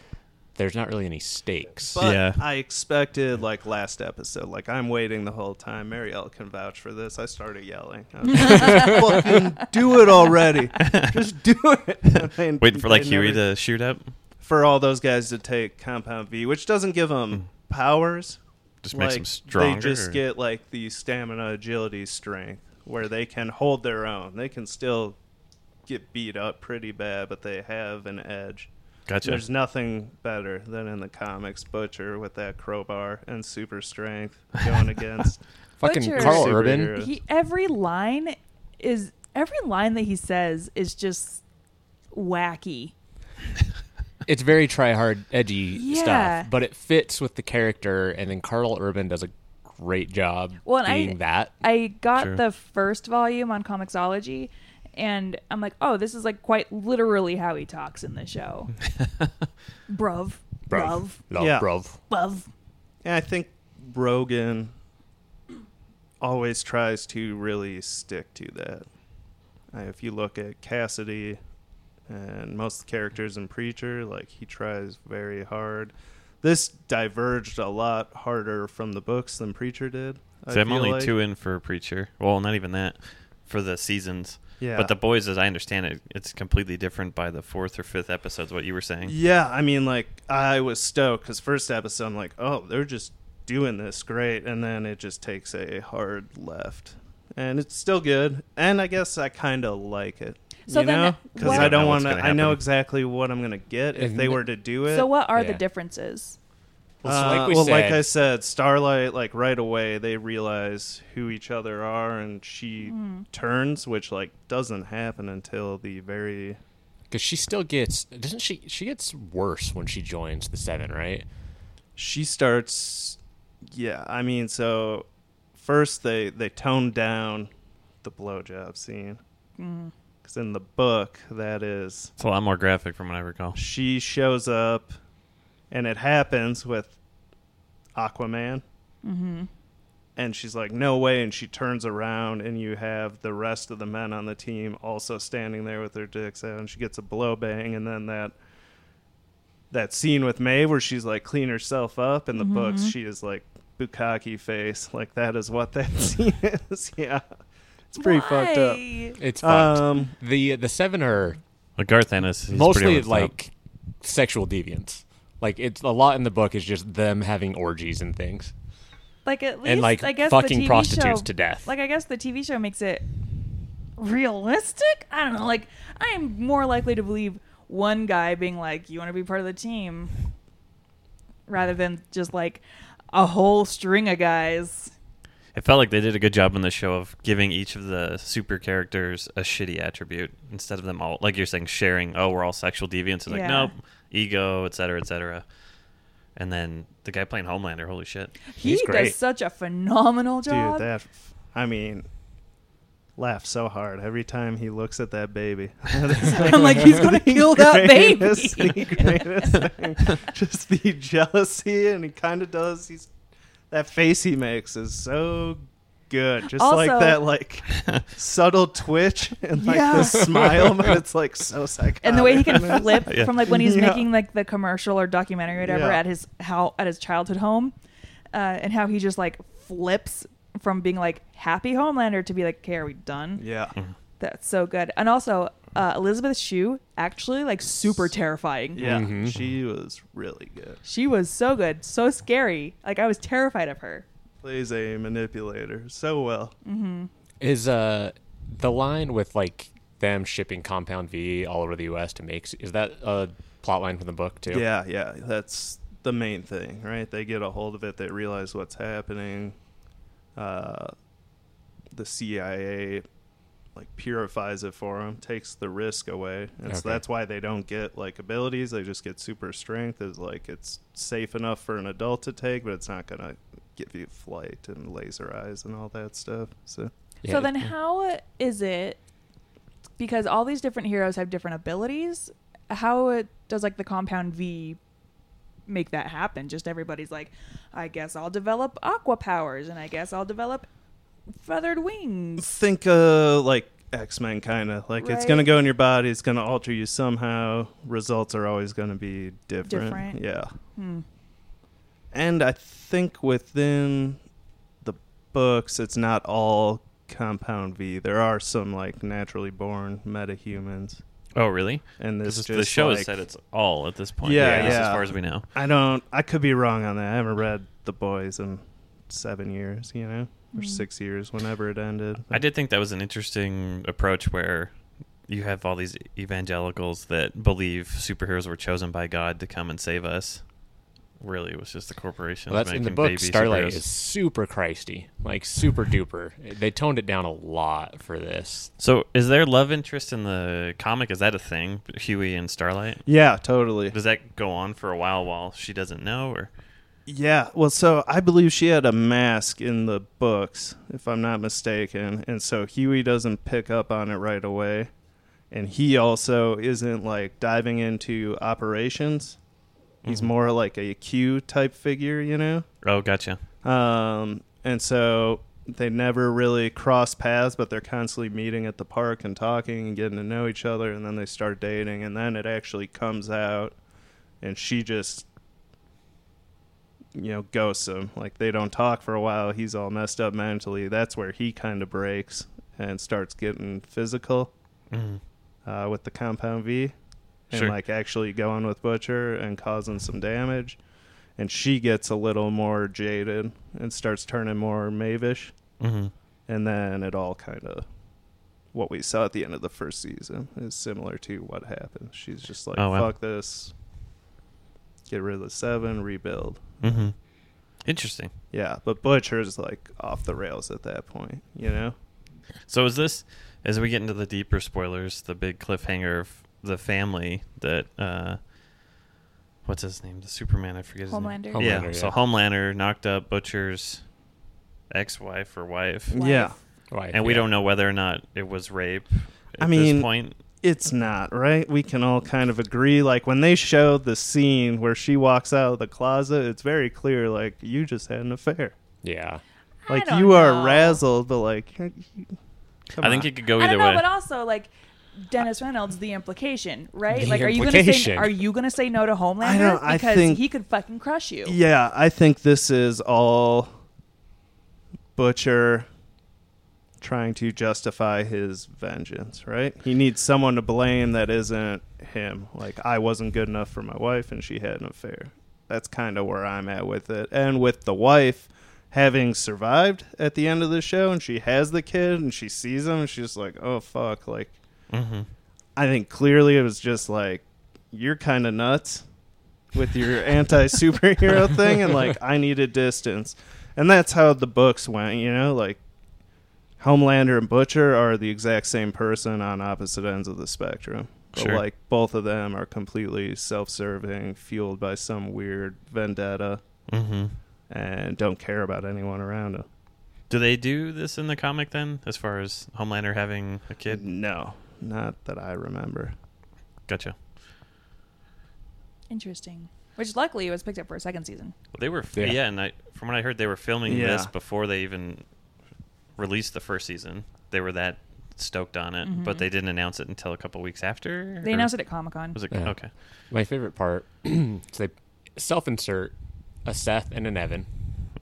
Speaker 2: there's not really any stakes.
Speaker 3: But
Speaker 6: Yeah.
Speaker 3: I expected like last episode, like I'm waiting the whole time. Marielle can vouch for this. I started yelling. [laughs] I was like, "Just fucking do it already. Just do it. [laughs] And they-
Speaker 6: Waiting for like
Speaker 3: they
Speaker 6: Huey
Speaker 3: never-
Speaker 6: to shoot up.
Speaker 3: for all those guys to take Compound V, which doesn't give them
Speaker 6: Hmm.
Speaker 3: powers.
Speaker 6: Just makes them
Speaker 3: They
Speaker 6: stronger,
Speaker 3: just
Speaker 6: or-
Speaker 3: get like the stamina, agility, strength, where they can hold their own. They can still get beat up pretty bad, but they have an edge.
Speaker 6: Gotcha.
Speaker 3: There's nothing better than in the comics Butcher with that crowbar and super strength
Speaker 6: [laughs]
Speaker 3: going against.
Speaker 2: fucking
Speaker 4: Butcher-
Speaker 2: Carl Urban.
Speaker 3: Superhero.
Speaker 4: he every line is every line that he says is just wacky.
Speaker 2: it's very try hard, edgy
Speaker 4: Yeah.
Speaker 2: stuff, but it fits with the character. And then Carl Urban does a great job
Speaker 4: Well, and I-
Speaker 2: being that.
Speaker 4: I got
Speaker 6: Sure.
Speaker 4: the first volume on Comixology, and I'm like, oh, this is like quite literally how he talks in
Speaker 2: [laughs]
Speaker 4: the show. bruv, bruv,
Speaker 2: love,
Speaker 3: Yeah.
Speaker 2: bruv.
Speaker 4: bruv.
Speaker 3: And I think Rogan always tries to really stick to that. Uh, if you look at Cassidy and most of the characters in Preacher, like he tries very hard. This diverged a lot harder from the books than Preacher did. I
Speaker 6: So I'm
Speaker 3: feel
Speaker 6: only
Speaker 3: like.
Speaker 6: two in for Preacher. Well, not even that for the seasons.
Speaker 3: Yeah.
Speaker 6: But the boys, as I understand it, it's completely different by the fourth or fifth episodes. What you were saying.
Speaker 3: Yeah, I mean, like I was stoked because first episode, I'm like, oh, they're just doing this great, and then it just takes a hard left, and it's still good, and I guess I kind of like it.
Speaker 4: So
Speaker 3: you
Speaker 4: then
Speaker 3: know,
Speaker 4: what- You
Speaker 3: because I
Speaker 4: don't
Speaker 3: don't
Speaker 6: know what's
Speaker 3: want to.
Speaker 6: gonna
Speaker 3: I know
Speaker 6: happen.
Speaker 3: exactly what I'm gonna get if
Speaker 2: And
Speaker 3: they
Speaker 2: the-
Speaker 3: were to do it.
Speaker 4: So what are the
Speaker 2: Yeah.
Speaker 4: differences?
Speaker 2: Well, so
Speaker 3: Uh,
Speaker 2: like we
Speaker 3: well,
Speaker 2: said,
Speaker 3: like I said, Starlight, like right away, they realize who each other are, and she
Speaker 4: Hmm.
Speaker 3: turns, which like doesn't happen until the very
Speaker 2: because she still gets doesn't she? She gets worse when she joins the seven, right?
Speaker 3: she starts yeah i mean so first they they tone down the blowjob scene because in the book that is
Speaker 6: It's a lot more graphic from what I recall.
Speaker 3: she shows up and it happens with aquaman mm-hmm. and she's like no way and she turns around and you have the rest of the men on the team also standing there with their dicks out and she gets a blow bang and then that that scene with May where she's like clean herself up in the books she is like bukkake face like that is what that [laughs] scene is yeah it's pretty fucked up
Speaker 4: Why?
Speaker 2: It's fucked.
Speaker 3: um
Speaker 2: the the seven are
Speaker 6: But Garth Ennis he's pretty
Speaker 2: mostly
Speaker 6: over the top.
Speaker 2: like sexual deviants. Like it's a lot in the book is just them having orgies and things.
Speaker 4: Like at least
Speaker 2: And, like,
Speaker 4: I guess
Speaker 2: fucking
Speaker 4: the TV
Speaker 2: prostitutes
Speaker 4: show,
Speaker 2: to death.
Speaker 4: Like I guess the TV show makes it realistic. I don't know. Like I am more likely to believe one guy being like, "You want to be part of the team," rather than just like a whole string of guys.
Speaker 6: It felt like they did a good job on the show of giving each of the super characters a shitty attribute instead of them all, like you're saying, sharing. Oh, we're all sexual deviants. It's like
Speaker 4: Yeah.
Speaker 6: nope, ego, et cetera, et cetera. And then the guy playing Homelander, holy shit!
Speaker 4: He
Speaker 2: He's great.
Speaker 4: does such a phenomenal job.
Speaker 3: Dude, that I mean, laugh so hard every time he looks at that baby.
Speaker 4: [laughs] [laughs]
Speaker 3: [laughs]
Speaker 4: I'm like, he's gonna kill that
Speaker 3: Greatest-
Speaker 4: baby.
Speaker 3: the greatest thing. [laughs] Just the jealousy, and he kind of does. He's that face he makes is so good. Just like
Speaker 4: Also- [laughs]
Speaker 3: that, like subtle twitch and like
Speaker 4: Yeah.
Speaker 3: the
Speaker 4: [laughs]
Speaker 3: smile, but it's like so psychotic.
Speaker 4: and the way he
Speaker 3: [laughs]
Speaker 4: can
Speaker 3: And it's-
Speaker 4: flip
Speaker 6: Yeah.
Speaker 4: from like when he's
Speaker 3: Yeah.
Speaker 4: making like the commercial or documentary or whatever
Speaker 3: Yeah.
Speaker 4: at his how at his childhood home uh, and how he just like flips from being like happy homelander to be like okay are we done
Speaker 3: yeah,
Speaker 4: that's so good and also uh, elizabeth shue actually like super terrifying
Speaker 3: yeah, she was really good.
Speaker 4: she was so good so scary like i was terrified of her
Speaker 3: Plays a manipulator so well.
Speaker 2: Is uh the line with like them shipping Compound V all over the U.S. to make is that a plot line from the book too.
Speaker 3: Yeah, yeah, that's the main thing, right? They get a hold of it, they realize what's happening. Uh, the CIA like purifies it for them, takes the risk away, and so
Speaker 2: Okay.
Speaker 3: that's why they don't get like abilities. They just get super strength. Is like it's safe enough for an adult to take, but it's not gonna give you flight and laser eyes and all that stuff. So
Speaker 4: so
Speaker 2: Yeah.
Speaker 4: then, how is it? Because all these different heroes have different abilities. How it, does like the compound V make that happen? Just everybody's like, I guess I'll develop aqua powers, and I guess I'll develop feathered wings.
Speaker 3: think uh like X Men kind of like it's gonna
Speaker 4: Right.
Speaker 3: go in your body. It's gonna alter you somehow. Results are always gonna be different.
Speaker 4: Different.
Speaker 3: Yeah.
Speaker 4: Hmm.
Speaker 3: And I think within the books, it's not all Compound V. There are some like naturally born metahumans,
Speaker 6: Oh, really?
Speaker 3: and this
Speaker 6: 'Cause
Speaker 3: just
Speaker 6: the show
Speaker 3: like,
Speaker 6: has said it's all at this point.
Speaker 3: Yeah,
Speaker 6: at least
Speaker 3: yeah.
Speaker 6: As far as we know.
Speaker 3: I don't. I could be wrong on that. I haven't read the boys in seven years, you know,
Speaker 4: Hmm.
Speaker 3: or six years, whenever it ended.
Speaker 6: I did think that was an interesting approach where you have all these evangelicals that believe superheroes were chosen by God to come and save us. Really, it was just the corporations.
Speaker 2: Well, that's in the
Speaker 6: making
Speaker 2: book.
Speaker 6: baby
Speaker 2: Starlight
Speaker 6: superheroes.
Speaker 2: is super Christy, like super duper. They toned it down a lot for this.
Speaker 6: So, is there love interest in the comic? Is that a thing? Huey and Starlight?
Speaker 3: Yeah, totally.
Speaker 6: Does that go on for a while while she doesn't know? Or
Speaker 3: Yeah, well, so I believe she had a mask in the books, if I'm not mistaken, and so Huey doesn't pick up on it right away, and he also isn't like diving into operations. He's more like a Q type figure, you know.
Speaker 6: oh, gotcha.
Speaker 3: Um, and so they never really cross paths, but they're constantly meeting at the park and talking and getting to know each other. And then they start dating, and then it actually comes out, and she just, you know, ghosts him. Like they don't talk for a while. He's all messed up mentally. That's where he kind of breaks and starts getting physical
Speaker 6: Mhm.
Speaker 3: uh, with the compound V and
Speaker 6: Sure.
Speaker 3: like actually going with Butcher and causing some damage. And she gets a little more jaded and starts turning more Mavish.
Speaker 6: Mhm.
Speaker 3: And then it all kind of what we saw at the end of the first season is similar to what happened. She's just like,
Speaker 6: Oh, wow.
Speaker 3: fuck this, get rid of the seven, rebuild.
Speaker 6: Mhm. Interesting.
Speaker 3: Yeah, but Butcher's like off the rails at that point, you know?
Speaker 6: So is this as we get into the deeper spoilers, the big cliffhanger of the family that uh what's his name? The Superman, I forget his
Speaker 4: Homelander.
Speaker 6: name. Yeah,
Speaker 2: Homelander,
Speaker 6: so
Speaker 2: yeah.
Speaker 6: Homelander knocked up Butcher's ex wife or wife.
Speaker 4: Wife.
Speaker 3: Yeah.
Speaker 2: Why?
Speaker 6: And we don't know whether or not it was rape at
Speaker 3: I mean-
Speaker 6: this point.
Speaker 3: it's not right we can all kind of agree like when they show the scene where she walks out of the closet it's very clear like you just had an affair
Speaker 2: Yeah.
Speaker 4: I
Speaker 3: like
Speaker 4: don't
Speaker 3: you
Speaker 4: know.
Speaker 3: are razzled but like you're- you- come
Speaker 6: I think
Speaker 3: on.
Speaker 6: it could go
Speaker 4: I
Speaker 6: either
Speaker 4: don't know,
Speaker 6: way.
Speaker 4: but also like Dennis Reynolds, the implication, right?
Speaker 2: The
Speaker 4: like, are you gonna say
Speaker 2: implication.
Speaker 4: are you gonna say no to Homelander?
Speaker 3: I don't- I
Speaker 4: because
Speaker 3: think-
Speaker 4: he could fucking crush you.
Speaker 3: yeah i think this is all butcher trying to justify his vengeance right he needs someone to blame that isn't him like i wasn't good enough for my wife and she had an affair that's kind of where i'm at with it and with the wife having survived at the end of the show and she has the kid and she sees him and she's just like oh fuck like i think clearly it was just like you're kind of nuts with your anti-superhero thing and like i need a distance and that's how the books went you know like homelander and butcher are the exact same person on opposite ends of the spectrum but
Speaker 6: Sure.
Speaker 3: like both of them are completely self-serving fueled by some weird vendetta
Speaker 6: Mhm.
Speaker 3: and don't care about anyone around them
Speaker 6: Do they do this in the comic then, as far as Homelander having a kid?
Speaker 3: no not that i remember
Speaker 6: Gotcha.
Speaker 4: Interesting. Which luckily was picked up for a second season.
Speaker 6: Well, they were, f- yeah.
Speaker 2: Yeah.
Speaker 6: and I, from what I heard, they were filming
Speaker 3: Yeah.
Speaker 6: this before they even released the first season. They were that stoked on it, but they didn't announce it until a couple weeks after.
Speaker 4: Mm-hmm. They announced it at Comic Con.
Speaker 6: Was it
Speaker 2: Yeah.
Speaker 6: okay?
Speaker 2: My favorite part [clears throat] is they self-insert a Seth and an Evan.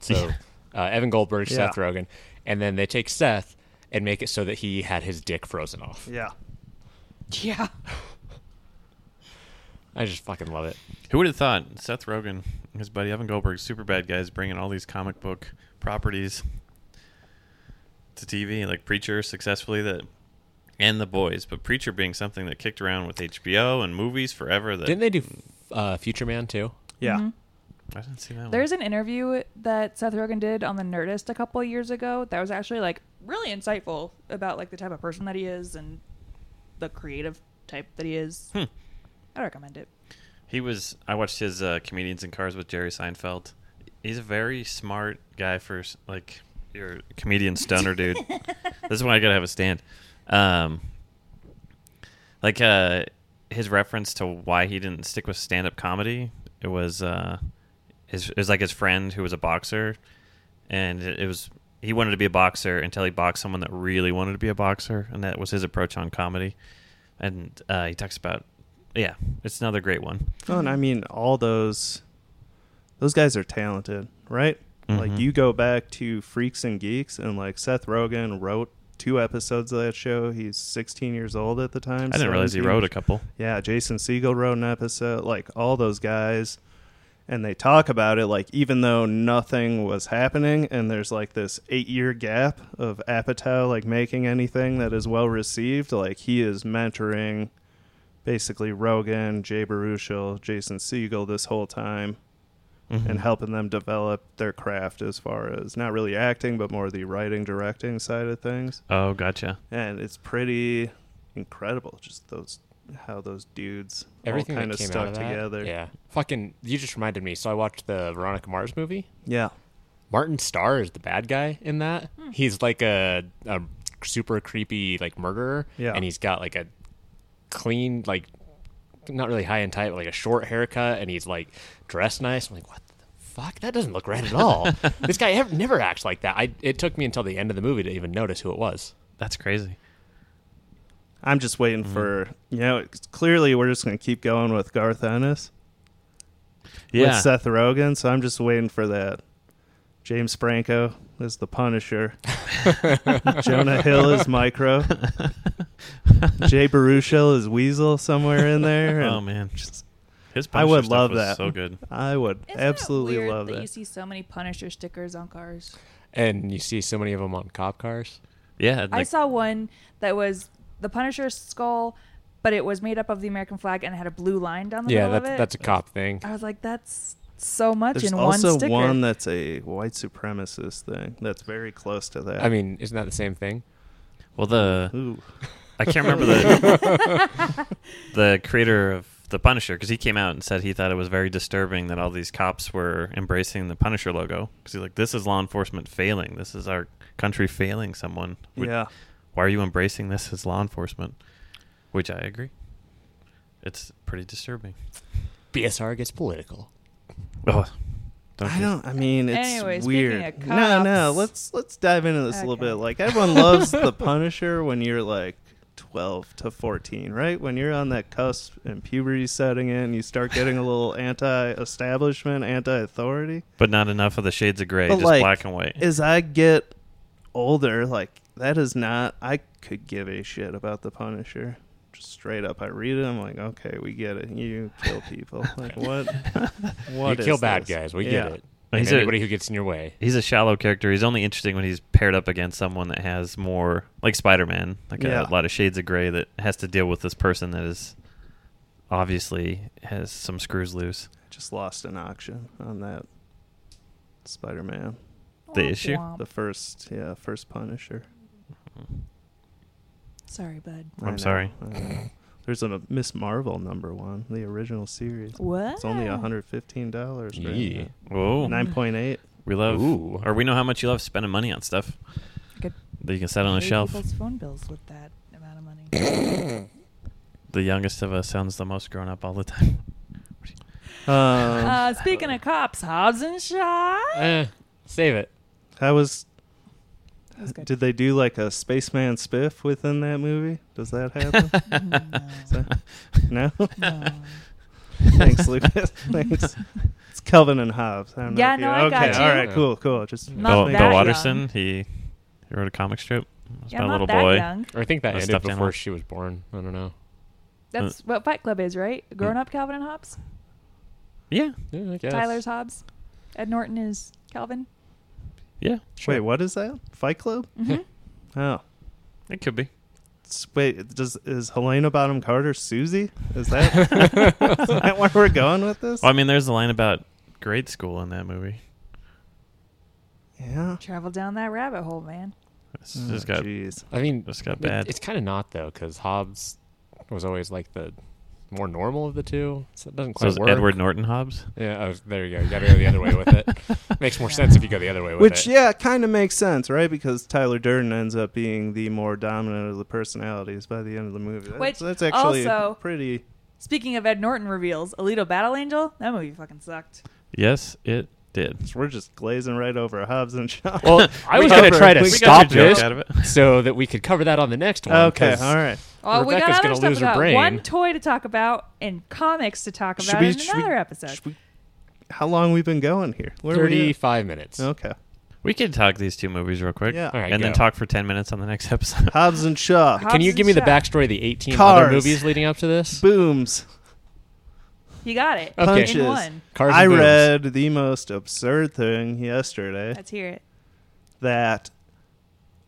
Speaker 2: So [laughs] uh, Evan Goldberg,
Speaker 3: Yeah.
Speaker 2: Seth Rogen, and then they take Seth and make it so that he had his dick frozen off.
Speaker 3: yeah
Speaker 4: Yeah.
Speaker 2: I just fucking love it.
Speaker 6: Who would have thought Seth Rogen, and his buddy Evan Goldberg, super bad guys, bringing all these comic book properties to TV, like Preacher, successfully that and The Boys, but Preacher being something that kicked around with HBO and movies forever. That
Speaker 2: Didn't they do uh, Future Man too?
Speaker 3: Yeah.
Speaker 6: I didn't see that one.
Speaker 4: There's an interview that Seth Rogen did on the Nerdist a couple of years ago that was actually like really insightful about like the type of person that he is and the creative type that he is.
Speaker 6: Hmm.
Speaker 4: I'd recommend it.
Speaker 6: He was. I watched his uh, comedians in cars with Jerry Seinfeld. He's a very smart guy for s- like your comedian stoner dude. this is why I gotta have a stand. Um, like uh, his reference to why he didn't stick with stand up comedy. It was uh, his. It was like his friend who was a boxer, and it, it was he wanted to be a boxer until he boxed someone that really wanted to be a boxer, and that was his approach on comedy. And uh, he talks about yeah, it's another great one.
Speaker 3: Oh, and I mean, all those those guys are talented, right? Like
Speaker 6: Mhm.
Speaker 3: you go back to Freaks and Geeks, and like Seth Rogen wrote two episodes of that show. He's 16 years old at the time.
Speaker 6: I didn't realize he
Speaker 3: 17.
Speaker 6: wrote a couple.
Speaker 3: Yeah, Jason Siegel wrote an episode. Like all those guys, and they talk about it. Like even though nothing was happening, and there's like this eight year gap of Apatow like making anything that is well received. Like he is mentoring basically Rogan, Jay Baruchel, Jason Siegel this whole time and helping them develop their craft as far as not really acting, but more the writing, directing side of things.
Speaker 6: Oh, gotcha.
Speaker 3: And it's pretty incredible just those how those dudes
Speaker 2: Everything
Speaker 3: all kind
Speaker 2: that
Speaker 3: of
Speaker 2: came
Speaker 3: stuck
Speaker 2: out of that,
Speaker 3: together.
Speaker 2: Yeah, fucking. You just reminded me. So I watched the Veronica Mars movie.
Speaker 3: Yeah.
Speaker 2: Martin Starr is the bad guy in that. He's like a, a super creepy like murderer.
Speaker 3: Yeah.
Speaker 2: And he's got like a clean like not really high and tight, but like a short haircut, and he's like dressed nice. I'm like, what the fuck? That doesn't look right at
Speaker 3: [laughs]
Speaker 2: all. this guy ev- never acts like that. I it took me until the end of the movie to even notice who it was.
Speaker 6: That's crazy.
Speaker 3: I'm just waiting
Speaker 2: Mm-hmm.
Speaker 3: for you know, it's- clearly we're just gonna keep going with Garth Ennis. With Seth Rogen, so I'm just waiting for that. James Franco is the Punisher.
Speaker 2: [laughs]
Speaker 3: Jonah Hill is Micro. Jay Baruchel is Weasel somewhere
Speaker 2: [laughs]
Speaker 3: in there. and
Speaker 6: oh man, his
Speaker 3: I
Speaker 6: Punisher
Speaker 3: would
Speaker 6: stuff
Speaker 3: love
Speaker 6: was
Speaker 3: that.
Speaker 6: So good.
Speaker 3: I would
Speaker 4: Isn't it
Speaker 3: absolutely
Speaker 4: weird
Speaker 3: love
Speaker 4: that.
Speaker 3: that.
Speaker 4: You see so many Punisher stickers on cars.
Speaker 2: And you see so many of them on cop cars.
Speaker 6: Yeah, like,
Speaker 4: I saw one that was the Punisher skull, but it was made up of the American flag and it had a blue line down the
Speaker 2: Yeah,
Speaker 4: middle
Speaker 2: that's
Speaker 4: of it.
Speaker 2: that's a cop thing.
Speaker 4: I was like, that's so much
Speaker 3: There's
Speaker 4: in
Speaker 3: also
Speaker 4: one sticker.
Speaker 3: one that's a white supremacist thing that's very close to that.
Speaker 2: I mean, isn't that the same thing?
Speaker 6: well the
Speaker 2: [laughs]
Speaker 3: Ooh.
Speaker 6: I can't remember the
Speaker 3: [laughs]
Speaker 6: the creator of the Punisher because he came out and said he thought it was very disturbing that all these cops were embracing the Punisher logo because he's like, this is law enforcement failing. This is our country failing someone. Which-
Speaker 3: yeah,
Speaker 6: Why are you embracing this as law enforcement? Which I agree. It's pretty disturbing.
Speaker 2: BSR gets political.
Speaker 6: Oh,
Speaker 3: I don't. I mean, it's
Speaker 4: Anyway, speaking
Speaker 3: weird.
Speaker 4: of
Speaker 3: No, no.
Speaker 4: cops-
Speaker 3: Let's let's dive into this a little
Speaker 4: Okay.
Speaker 3: bit. Like everyone
Speaker 4: [laughs]
Speaker 3: loves the Punisher when you're like 12 to 14, right? When you're on that cusp and puberty setting in, you start getting a little anti-establishment, anti-authority.
Speaker 6: But not enough of the shades of gray,
Speaker 3: But,
Speaker 6: just
Speaker 3: like,
Speaker 6: black and white.
Speaker 3: As I get older, like that is not. I could give a shit about the Punisher. Just straight up, I read it. I'm like, okay, we get it. You kill people.
Speaker 2: [laughs]
Speaker 3: Like what? What
Speaker 2: you kill
Speaker 3: is
Speaker 2: bad
Speaker 3: this?
Speaker 2: guys. We
Speaker 3: Yeah.
Speaker 2: get it. And
Speaker 6: Like, he's a-
Speaker 2: anybody who gets in your way.
Speaker 6: He's a shallow character. He's only interesting when he's paired up against someone that has more, like Spider Man, like
Speaker 3: Yeah.
Speaker 6: a lot of shades of gray that has to deal with this person that is obviously has some screws loose.
Speaker 3: Just lost an auction on that Spider-Man.
Speaker 6: The
Speaker 4: Womp
Speaker 6: issue?
Speaker 4: womp.
Speaker 3: The first, yeah, first Punisher.
Speaker 4: Sorry, bud.
Speaker 3: I
Speaker 6: I'm
Speaker 3: know,
Speaker 6: sorry.
Speaker 3: I know. There's a Miss Marvel number one, the original series.
Speaker 4: What?
Speaker 3: It's only 115 dollars.
Speaker 2: Yee.
Speaker 6: Whoa,
Speaker 3: Nine point eight.
Speaker 6: we love,
Speaker 2: Ooh.
Speaker 6: or we know how much you love spending money on stuff
Speaker 4: Could
Speaker 6: that you can set on a
Speaker 4: pay
Speaker 6: shelf.
Speaker 4: People's phone bills with that amount of money.
Speaker 6: The youngest of us sounds the most grown up all the time.
Speaker 3: Um,
Speaker 4: uh, speaking of cops, Hobbs and Shaw.
Speaker 2: Eh, save it.
Speaker 3: I was
Speaker 4: That was good.
Speaker 3: Did they do like a spaceman spiff within that movie? Does
Speaker 4: [laughs]
Speaker 3: that
Speaker 6: [laughs]
Speaker 3: [laughs] happen? Is that- no.
Speaker 4: No.
Speaker 3: Thanks, Lucas. Thanks. It's Kelvin and Hobbs. I don't
Speaker 4: Yeah,
Speaker 3: know
Speaker 4: no,
Speaker 3: if
Speaker 4: I
Speaker 3: you,
Speaker 4: got
Speaker 3: okay,
Speaker 2: you.
Speaker 3: All right. Cool. Cool. Just
Speaker 4: Not
Speaker 6: Bill,
Speaker 4: that
Speaker 6: Bill
Speaker 4: young.
Speaker 6: Watterson, he, he wrote a comic strip. It's
Speaker 4: Yeah,
Speaker 6: about a
Speaker 4: not
Speaker 6: little
Speaker 4: that
Speaker 6: boy.
Speaker 4: young.
Speaker 2: I think that
Speaker 6: That's
Speaker 2: ended
Speaker 6: stuffed
Speaker 2: before
Speaker 6: animal.
Speaker 2: she was born. I don't know. Uh,
Speaker 4: That's what Fight Club is, right? Grown up Calvin and Hobbs.
Speaker 6: Yeah,
Speaker 2: Yeah, I guess.
Speaker 4: Tyler's Hobbs. Ed Norton is Calvin.
Speaker 6: yeah,
Speaker 2: Hmm.
Speaker 3: Wait, what is that? Fight Club?
Speaker 4: Mhm.
Speaker 3: Oh,
Speaker 6: [laughs] it could be.
Speaker 3: S- Wait, does is Helena Bottom Carter Susie? Is
Speaker 2: [laughs]
Speaker 3: that, is that where we're going with this?
Speaker 6: Well, I mean, there's the line about grade school in that movie.
Speaker 3: Yeah.
Speaker 4: Travel down that rabbit hole, man.
Speaker 6: It's just got
Speaker 3: Jeez.
Speaker 2: I mean,
Speaker 6: This got
Speaker 2: it-
Speaker 6: bad.
Speaker 2: It's kind of not though, because Hobbs was always like the more normal of the two. So it doesn't
Speaker 6: so
Speaker 2: quite
Speaker 6: is
Speaker 2: work.
Speaker 6: Edward Norton Hobbs.
Speaker 2: Yeah, oh, there you go. You got to go the other way with it.
Speaker 4: [laughs]
Speaker 2: Makes more sense if you go the other way with
Speaker 3: Which
Speaker 2: it.
Speaker 3: yeah, kind of makes sense, right? Because Tyler Durden ends up being the more dominant of the personalities by the end of the movie. That's,
Speaker 4: Which
Speaker 3: that's actually
Speaker 4: also-
Speaker 3: pretty.
Speaker 4: Speaking of Ed Norton reveals, Alito Battle Angel, that movie fucking sucked.
Speaker 6: Yes, it did.
Speaker 3: We're just glazing right over Hobbs and Shaw.
Speaker 2: Well, [laughs] I was going
Speaker 6: We
Speaker 2: to
Speaker 6: covered-
Speaker 2: try to
Speaker 6: we got
Speaker 2: stop
Speaker 6: your joke
Speaker 2: this
Speaker 6: out of it.
Speaker 2: so that we could cover that on the next one.
Speaker 3: [laughs] okay,
Speaker 2: 'cause
Speaker 3: all right.
Speaker 4: Oh, we got
Speaker 2: Rebecca's
Speaker 4: other
Speaker 2: gonna
Speaker 4: stuff
Speaker 2: lose her
Speaker 4: about
Speaker 2: brain.
Speaker 4: one toy to talk about and comics to talk about in
Speaker 3: should
Speaker 4: another episode.
Speaker 3: should we- how long we been going here? Where are we at?
Speaker 2: Thirty-five minutes.
Speaker 3: Okay.
Speaker 6: We could talk these two movies real quick.
Speaker 3: Yeah.
Speaker 2: All right,
Speaker 6: and then
Speaker 2: go.
Speaker 6: talk for ten minutes on the next [laughs] episode.
Speaker 3: Hobbs and Shaw.
Speaker 4: Hobbs
Speaker 2: Can you
Speaker 4: and
Speaker 2: give me the
Speaker 4: Shaw.
Speaker 2: backstory of the eighteen
Speaker 3: Cars.
Speaker 2: other movies leading up to this?
Speaker 3: Booms.
Speaker 4: You got it.
Speaker 2: Okay.
Speaker 4: In
Speaker 3: Punches.
Speaker 4: one.
Speaker 2: Cars and
Speaker 3: I
Speaker 2: booms.
Speaker 3: read the most absurd thing yesterday
Speaker 4: Let's hear it.
Speaker 3: that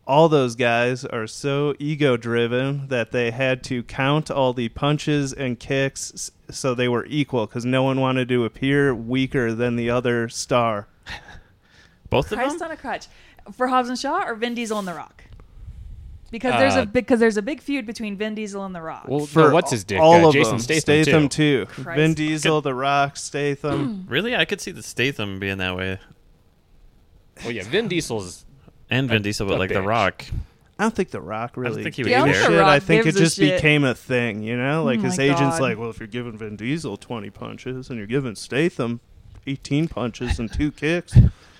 Speaker 3: all those guys are so ego driven that they had to count all the punches and kicks s- so they were equal because no one wanted to appear weaker than the other star.
Speaker 6: Both of
Speaker 4: Christ
Speaker 6: them.
Speaker 4: on a crutch for Hobbs and Shaw or Vin Diesel and The Rock? Because there's
Speaker 2: Uh,
Speaker 4: a because there's a big feud between Vin Diesel and The Rock.
Speaker 2: Well,
Speaker 3: For
Speaker 2: no, what's his dick?
Speaker 3: All
Speaker 2: uh,
Speaker 3: of
Speaker 2: Jason
Speaker 3: them.
Speaker 2: Statham, too.
Speaker 3: too.
Speaker 4: Christ.
Speaker 3: Vin Diesel, The
Speaker 2: [clears throat]
Speaker 3: Rock, Statham.
Speaker 6: Really, I could see the Statham being that way,
Speaker 2: Well, yeah, Vin Diesel's.
Speaker 6: and Vin Diesel, but
Speaker 2: a
Speaker 6: like The
Speaker 2: bitch.
Speaker 6: Rock.
Speaker 3: I don't think The Rock really.
Speaker 6: think he would
Speaker 3: gave a
Speaker 6: either.
Speaker 3: shit.
Speaker 4: The
Speaker 3: I
Speaker 4: Rock
Speaker 3: think it
Speaker 4: gives a
Speaker 3: just
Speaker 4: shit.
Speaker 3: became a thing, you know? Like
Speaker 4: Oh
Speaker 3: his
Speaker 4: my
Speaker 3: agent's
Speaker 4: God.
Speaker 3: like, well, if you're giving Vin Diesel 20 punches and you're giving Statham 18 punches and two kicks,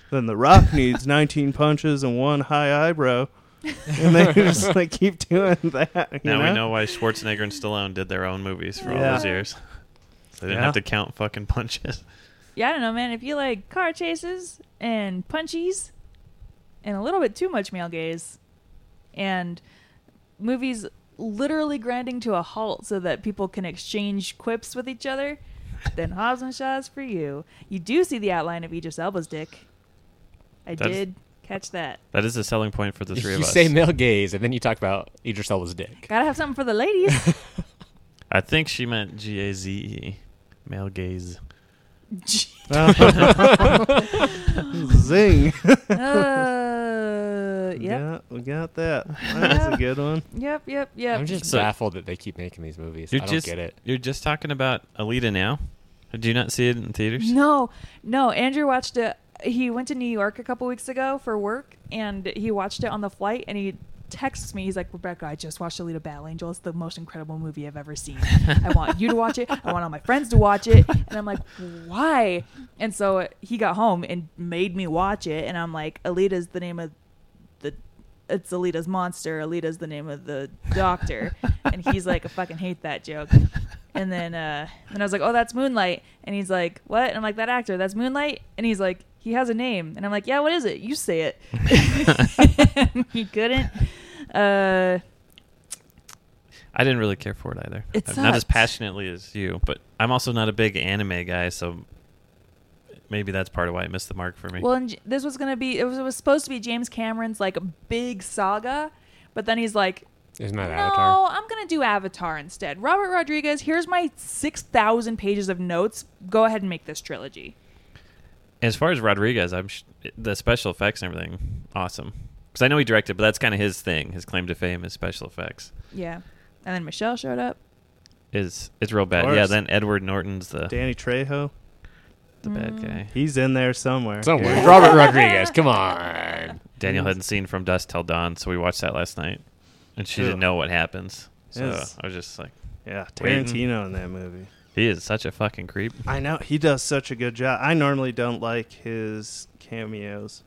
Speaker 3: then
Speaker 4: [laughs]
Speaker 3: The Rock needs 19 punches and one high eyebrow. And
Speaker 4: [laughs]
Speaker 3: they just like keep doing that. you
Speaker 6: Now we know why Schwarzenegger and Stallone did their own movies for all
Speaker 3: Yeah.
Speaker 6: those years. So they didn't
Speaker 3: Yeah.
Speaker 6: have to count fucking punches. [laughs]
Speaker 4: yeah, I don't know, man. If you like car chases and punchies and a little bit too much male gaze and movies literally grinding to a halt so that people can exchange quips with each other, then Hobbs and Shaw is for you. You do see the outline of Idris Elba's dick. I
Speaker 6: That's-
Speaker 4: did catch that.
Speaker 6: That is a selling point for the three
Speaker 2: you
Speaker 6: of us.
Speaker 2: say male gaze, and then you talk about Idris Elba's dick. [laughs]
Speaker 4: Gotta have something for the ladies.
Speaker 6: I think she meant G A Z E, male gaze.
Speaker 3: [laughs] Uh-huh.
Speaker 4: [laughs]
Speaker 3: Zing. [laughs]
Speaker 4: uh, yep,
Speaker 3: Yeah, we got that. That was a good one.
Speaker 4: yep, yep, yep.
Speaker 2: I'm just
Speaker 6: So-
Speaker 2: baffled that they keep making these movies. I
Speaker 6: You're
Speaker 2: don't
Speaker 6: just
Speaker 2: get it.
Speaker 6: you're just talking about Alita now. Do you not see it in theaters? [laughs]
Speaker 4: No, no. Andrew watched it. He went to New York a couple weeks ago for work, and he watched it on the flight. And he texts me. He's like, "Rebecca, I just watched Alita: Battle Angel. It's the most incredible movie I've ever seen. I want you to watch it. I want all my friends to watch it." And I'm like, "Why?" And so he got home and made me watch it. And I'm like, "Alita's the name of the." It's Alita's monster. Alita's the name of the doctor, and he's like, "I fucking hate that joke." And then uh then I was like, "Oh, that's Moonlight." And he's like, "What?" And I'm like, "That actor, that's Moonlight." And he's like, "He has a name." And I'm like, "Yeah, what is it? You say it." [laughs] he couldn't. Uh
Speaker 6: I didn't really care for it either.
Speaker 4: It
Speaker 6: I'm not as
Speaker 4: sucked.
Speaker 6: passionately as you, but I'm also not a big anime guy, so maybe that's part of why it missed the mark for me.
Speaker 4: well, and J- this was going to be it was, it was supposed to be James Cameron's like big saga, but then he's like,
Speaker 2: Isn't that
Speaker 4: "No,
Speaker 2: Avatar?
Speaker 4: I'm going to do Avatar instead." Robert Rodriguez, here's my 6,000 pages of notes. Go ahead and make this trilogy.
Speaker 6: as far as Rodriguez, I'm sh- the special effects and everything, awesome. Because I know he directed, but that's kind of his thing. His claim to fame is special effects.
Speaker 4: Yeah. And then Michelle showed up.
Speaker 6: Is it's real bad. Yeah.
Speaker 3: course.
Speaker 6: Then Edward Norton's the
Speaker 3: Danny Trejo.
Speaker 6: the
Speaker 4: Mm.
Speaker 6: bad guy.
Speaker 3: He's in there somewhere.
Speaker 2: Somewhere. Robert Rodriguez. Come on.
Speaker 6: Daniel hadn't seen From Dusk Till Dawn, so we watched that last night, and she
Speaker 3: Ugh.
Speaker 6: didn't know what happens. So
Speaker 3: Yes.
Speaker 6: I was just like,
Speaker 3: Yeah,
Speaker 6: Waiting.
Speaker 3: Tarantino in that movie.
Speaker 6: he is such a fucking creep.
Speaker 3: I know he does such a good job. I normally don't like his cameos,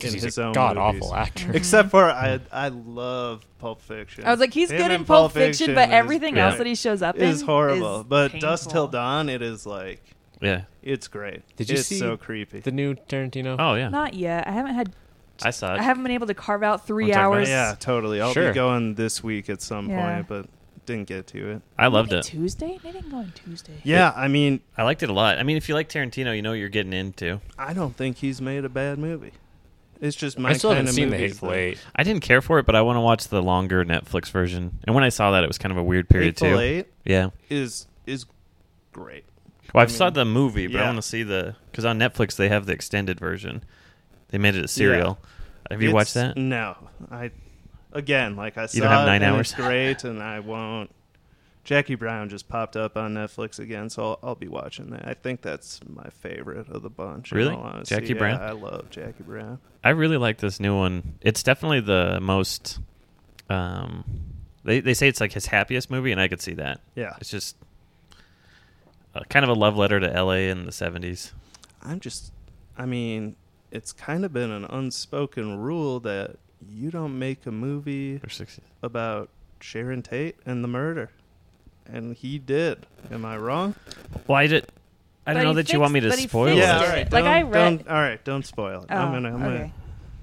Speaker 2: 'Cause
Speaker 3: In
Speaker 2: he's
Speaker 3: his
Speaker 2: a
Speaker 3: own
Speaker 2: god
Speaker 3: movies.
Speaker 2: awful actor.
Speaker 3: except for I. I love Pulp Fiction.
Speaker 4: I was like, he's
Speaker 3: Him
Speaker 4: good
Speaker 3: in
Speaker 4: in Pulp Fiction, but
Speaker 3: is
Speaker 4: everything else
Speaker 3: great.
Speaker 4: that he shows up in
Speaker 3: is horrible.
Speaker 4: is
Speaker 3: but Dust Till
Speaker 4: painful.
Speaker 3: Dawn, it is like
Speaker 6: Yeah.
Speaker 3: it's great.
Speaker 2: Did you
Speaker 3: it's
Speaker 2: see
Speaker 3: so creepy.
Speaker 2: The new Tarantino.
Speaker 6: Oh yeah.
Speaker 4: Not yet. I haven't had.
Speaker 6: I saw it.
Speaker 4: I haven't been able to carve out
Speaker 6: Wanna
Speaker 4: three
Speaker 6: talk about
Speaker 4: hours.
Speaker 6: it?
Speaker 3: yeah, totally. I'll
Speaker 2: Sure.
Speaker 3: be going this week at some
Speaker 4: Yeah.
Speaker 3: point, but didn't get to it.
Speaker 6: I loved
Speaker 4: Maybe
Speaker 6: it.
Speaker 4: Tuesday? Maybe I can go on Tuesday.
Speaker 3: Yeah, I mean,
Speaker 6: I liked it a lot. I mean, if you like Tarantino, you know what you're getting into.
Speaker 3: I don't think he's made a bad movie. It's just my
Speaker 2: I still
Speaker 3: kind
Speaker 2: haven't
Speaker 3: of
Speaker 2: seen the
Speaker 3: movies,
Speaker 2: Hateful
Speaker 3: though.
Speaker 2: Eight.
Speaker 6: I didn't care for it, but I want to watch the longer Netflix version. And when I saw that, it was kind of a weird period
Speaker 3: Hateful
Speaker 6: too.
Speaker 3: Eight
Speaker 6: Yeah.
Speaker 3: is is great.
Speaker 6: Well, I've
Speaker 3: I
Speaker 6: saw
Speaker 3: mean,
Speaker 6: the movie, but I
Speaker 3: yeah.
Speaker 6: want to see the because on Netflix they have the extended version. They made it a serial. Have you watched
Speaker 3: It's-
Speaker 6: that?
Speaker 3: No, I again like I saw
Speaker 6: don't have
Speaker 3: it
Speaker 6: nine
Speaker 3: and
Speaker 6: hours?
Speaker 3: It's great, and I won't. Jackie Brown just popped up on Netflix again, so I'll, I'll be watching that. I think that's my favorite of the bunch. in
Speaker 6: Really?
Speaker 3: all honesty.
Speaker 6: Jackie
Speaker 3: Yeah,
Speaker 6: Brown?
Speaker 3: I love Jackie Brown.
Speaker 6: I really like this new one. It's definitely the most. Um, they they say it's like his happiest movie, and I could see that.
Speaker 3: Yeah.
Speaker 6: It's just uh kind of a love letter to L.A. in the '70s.
Speaker 3: I'm just, I mean, it's kind of been an unspoken rule that you don't make a movie
Speaker 6: Or 60s.
Speaker 3: about Sharon Tate and the murder, and he did. Am I wrong?
Speaker 6: Why did? I don't
Speaker 4: But
Speaker 6: know
Speaker 4: he
Speaker 6: that you want me to
Speaker 4: fixed- but he
Speaker 6: spoil
Speaker 4: fixed
Speaker 6: it.
Speaker 4: Yeah,
Speaker 3: all
Speaker 4: it.
Speaker 3: right.
Speaker 4: Like,
Speaker 3: don't-
Speaker 4: I read-
Speaker 3: don't- all right, don't spoil it. I'm
Speaker 4: Oh,
Speaker 3: gonna, I'm
Speaker 4: okay.
Speaker 3: gonna.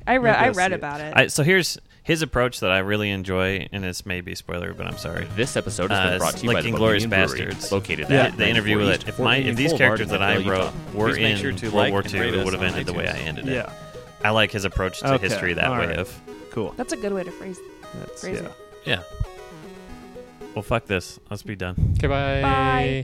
Speaker 4: I read.
Speaker 3: Maybe
Speaker 4: I
Speaker 3: I'll
Speaker 4: read
Speaker 3: see it.
Speaker 4: about it.
Speaker 6: I, so here's his approach that I really enjoy, and it's maybe spoiler, but I'm sorry.
Speaker 1: This episode has
Speaker 6: Uh,
Speaker 1: been
Speaker 6: it's
Speaker 1: brought to you
Speaker 6: like
Speaker 1: by the
Speaker 6: Inglourious
Speaker 1: Bohemian Brewery,
Speaker 6: Bastards.
Speaker 1: located
Speaker 3: Yeah.
Speaker 1: at
Speaker 6: the interview with it. If my if these characters that I wrote were
Speaker 2: Please make
Speaker 6: in
Speaker 2: sure to
Speaker 6: World
Speaker 2: like
Speaker 6: War
Speaker 2: and
Speaker 6: II,
Speaker 2: rate
Speaker 6: it
Speaker 2: us
Speaker 6: would have
Speaker 2: on
Speaker 6: ended the way
Speaker 2: iTunes.
Speaker 6: I ended
Speaker 3: Yeah,
Speaker 6: it. I like his approach to
Speaker 3: Okay,
Speaker 6: history that
Speaker 3: all
Speaker 6: way
Speaker 3: right.
Speaker 6: of
Speaker 3: cool.
Speaker 4: That's a good way to phrase. it.
Speaker 3: That's
Speaker 4: Phrase
Speaker 3: yeah.
Speaker 4: it.
Speaker 6: yeah. Well, fuck this. Let's be done.
Speaker 2: Okay, bye.
Speaker 4: Bye.